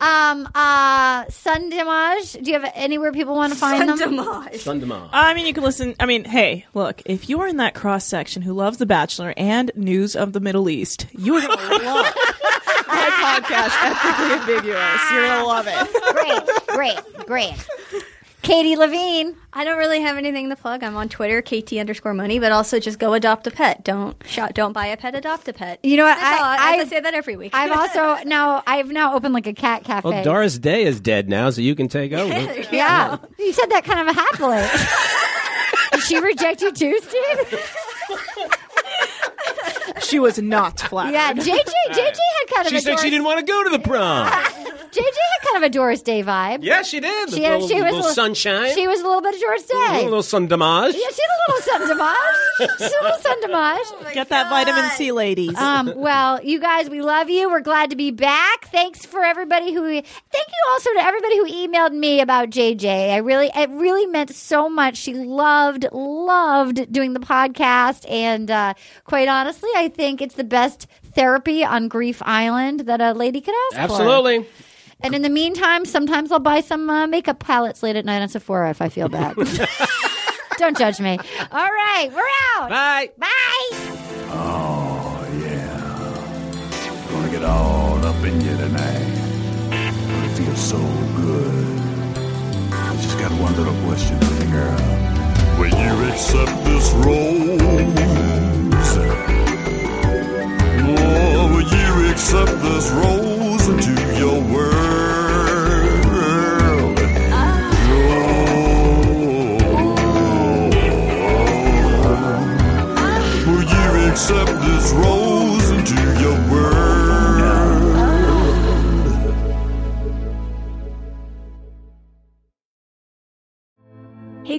Um uh Sun Dimage. Do you have anywhere people want to find them?
Sundamon.
I mean, you can listen. I mean, hey, look, if you are in that cross section who loves The Bachelor and news of the Middle East, you are going to love my podcast, Ethically Ambiguous. You're going to love it.
great, great, great. Katie Levine.
I don't really have anything to plug. I'm on Twitter, KT underscore money, but also just go adopt a pet. Don't shop, don't buy a pet, adopt a pet.
You know what?
That's all. I,
I-
I say that every week.
I've also now I've now opened like a cat cafe.
Well, Doris Day is dead now, so you can take over.
Yeah. You said that kind of happily. Did she reject you too, Steve?
She was not flattered.
Yeah, JJ JJ had kind of
she
a
said
Doris,
she didn't want to go to the prom.
JJ had kind of a Doris Day vibe.
yeah, she did.
She,
little,
she was
little
a little-
sunshine.
She was a little bit of George
a
Day.
little sundamage.
Yeah, she's a little sun damage. She's a little sun damage.
Get that vitamin C, ladies.
Um, well, you guys, we love you. We're glad to be back. Thanks for everybody who. Thank you also to everybody who emailed me about JJ. I really, it really meant so much. She loved, loved doing the podcast, and uh, quite honestly, I think it's the best therapy on Grief Island that a lady could ask for.
Absolutely.
And in the meantime, sometimes I'll buy some uh, makeup palettes late at night on Sephora if I feel bad. Don't judge me. All right, we're out.
Bye.
Bye.
Oh, yeah. Gonna get all up in you tonight. Gonna feel so good. I just got one little question for you, girl. Will you accept this rose? Oh, will you accept this rose into your world? Will you accept this rose into your world?
Hey,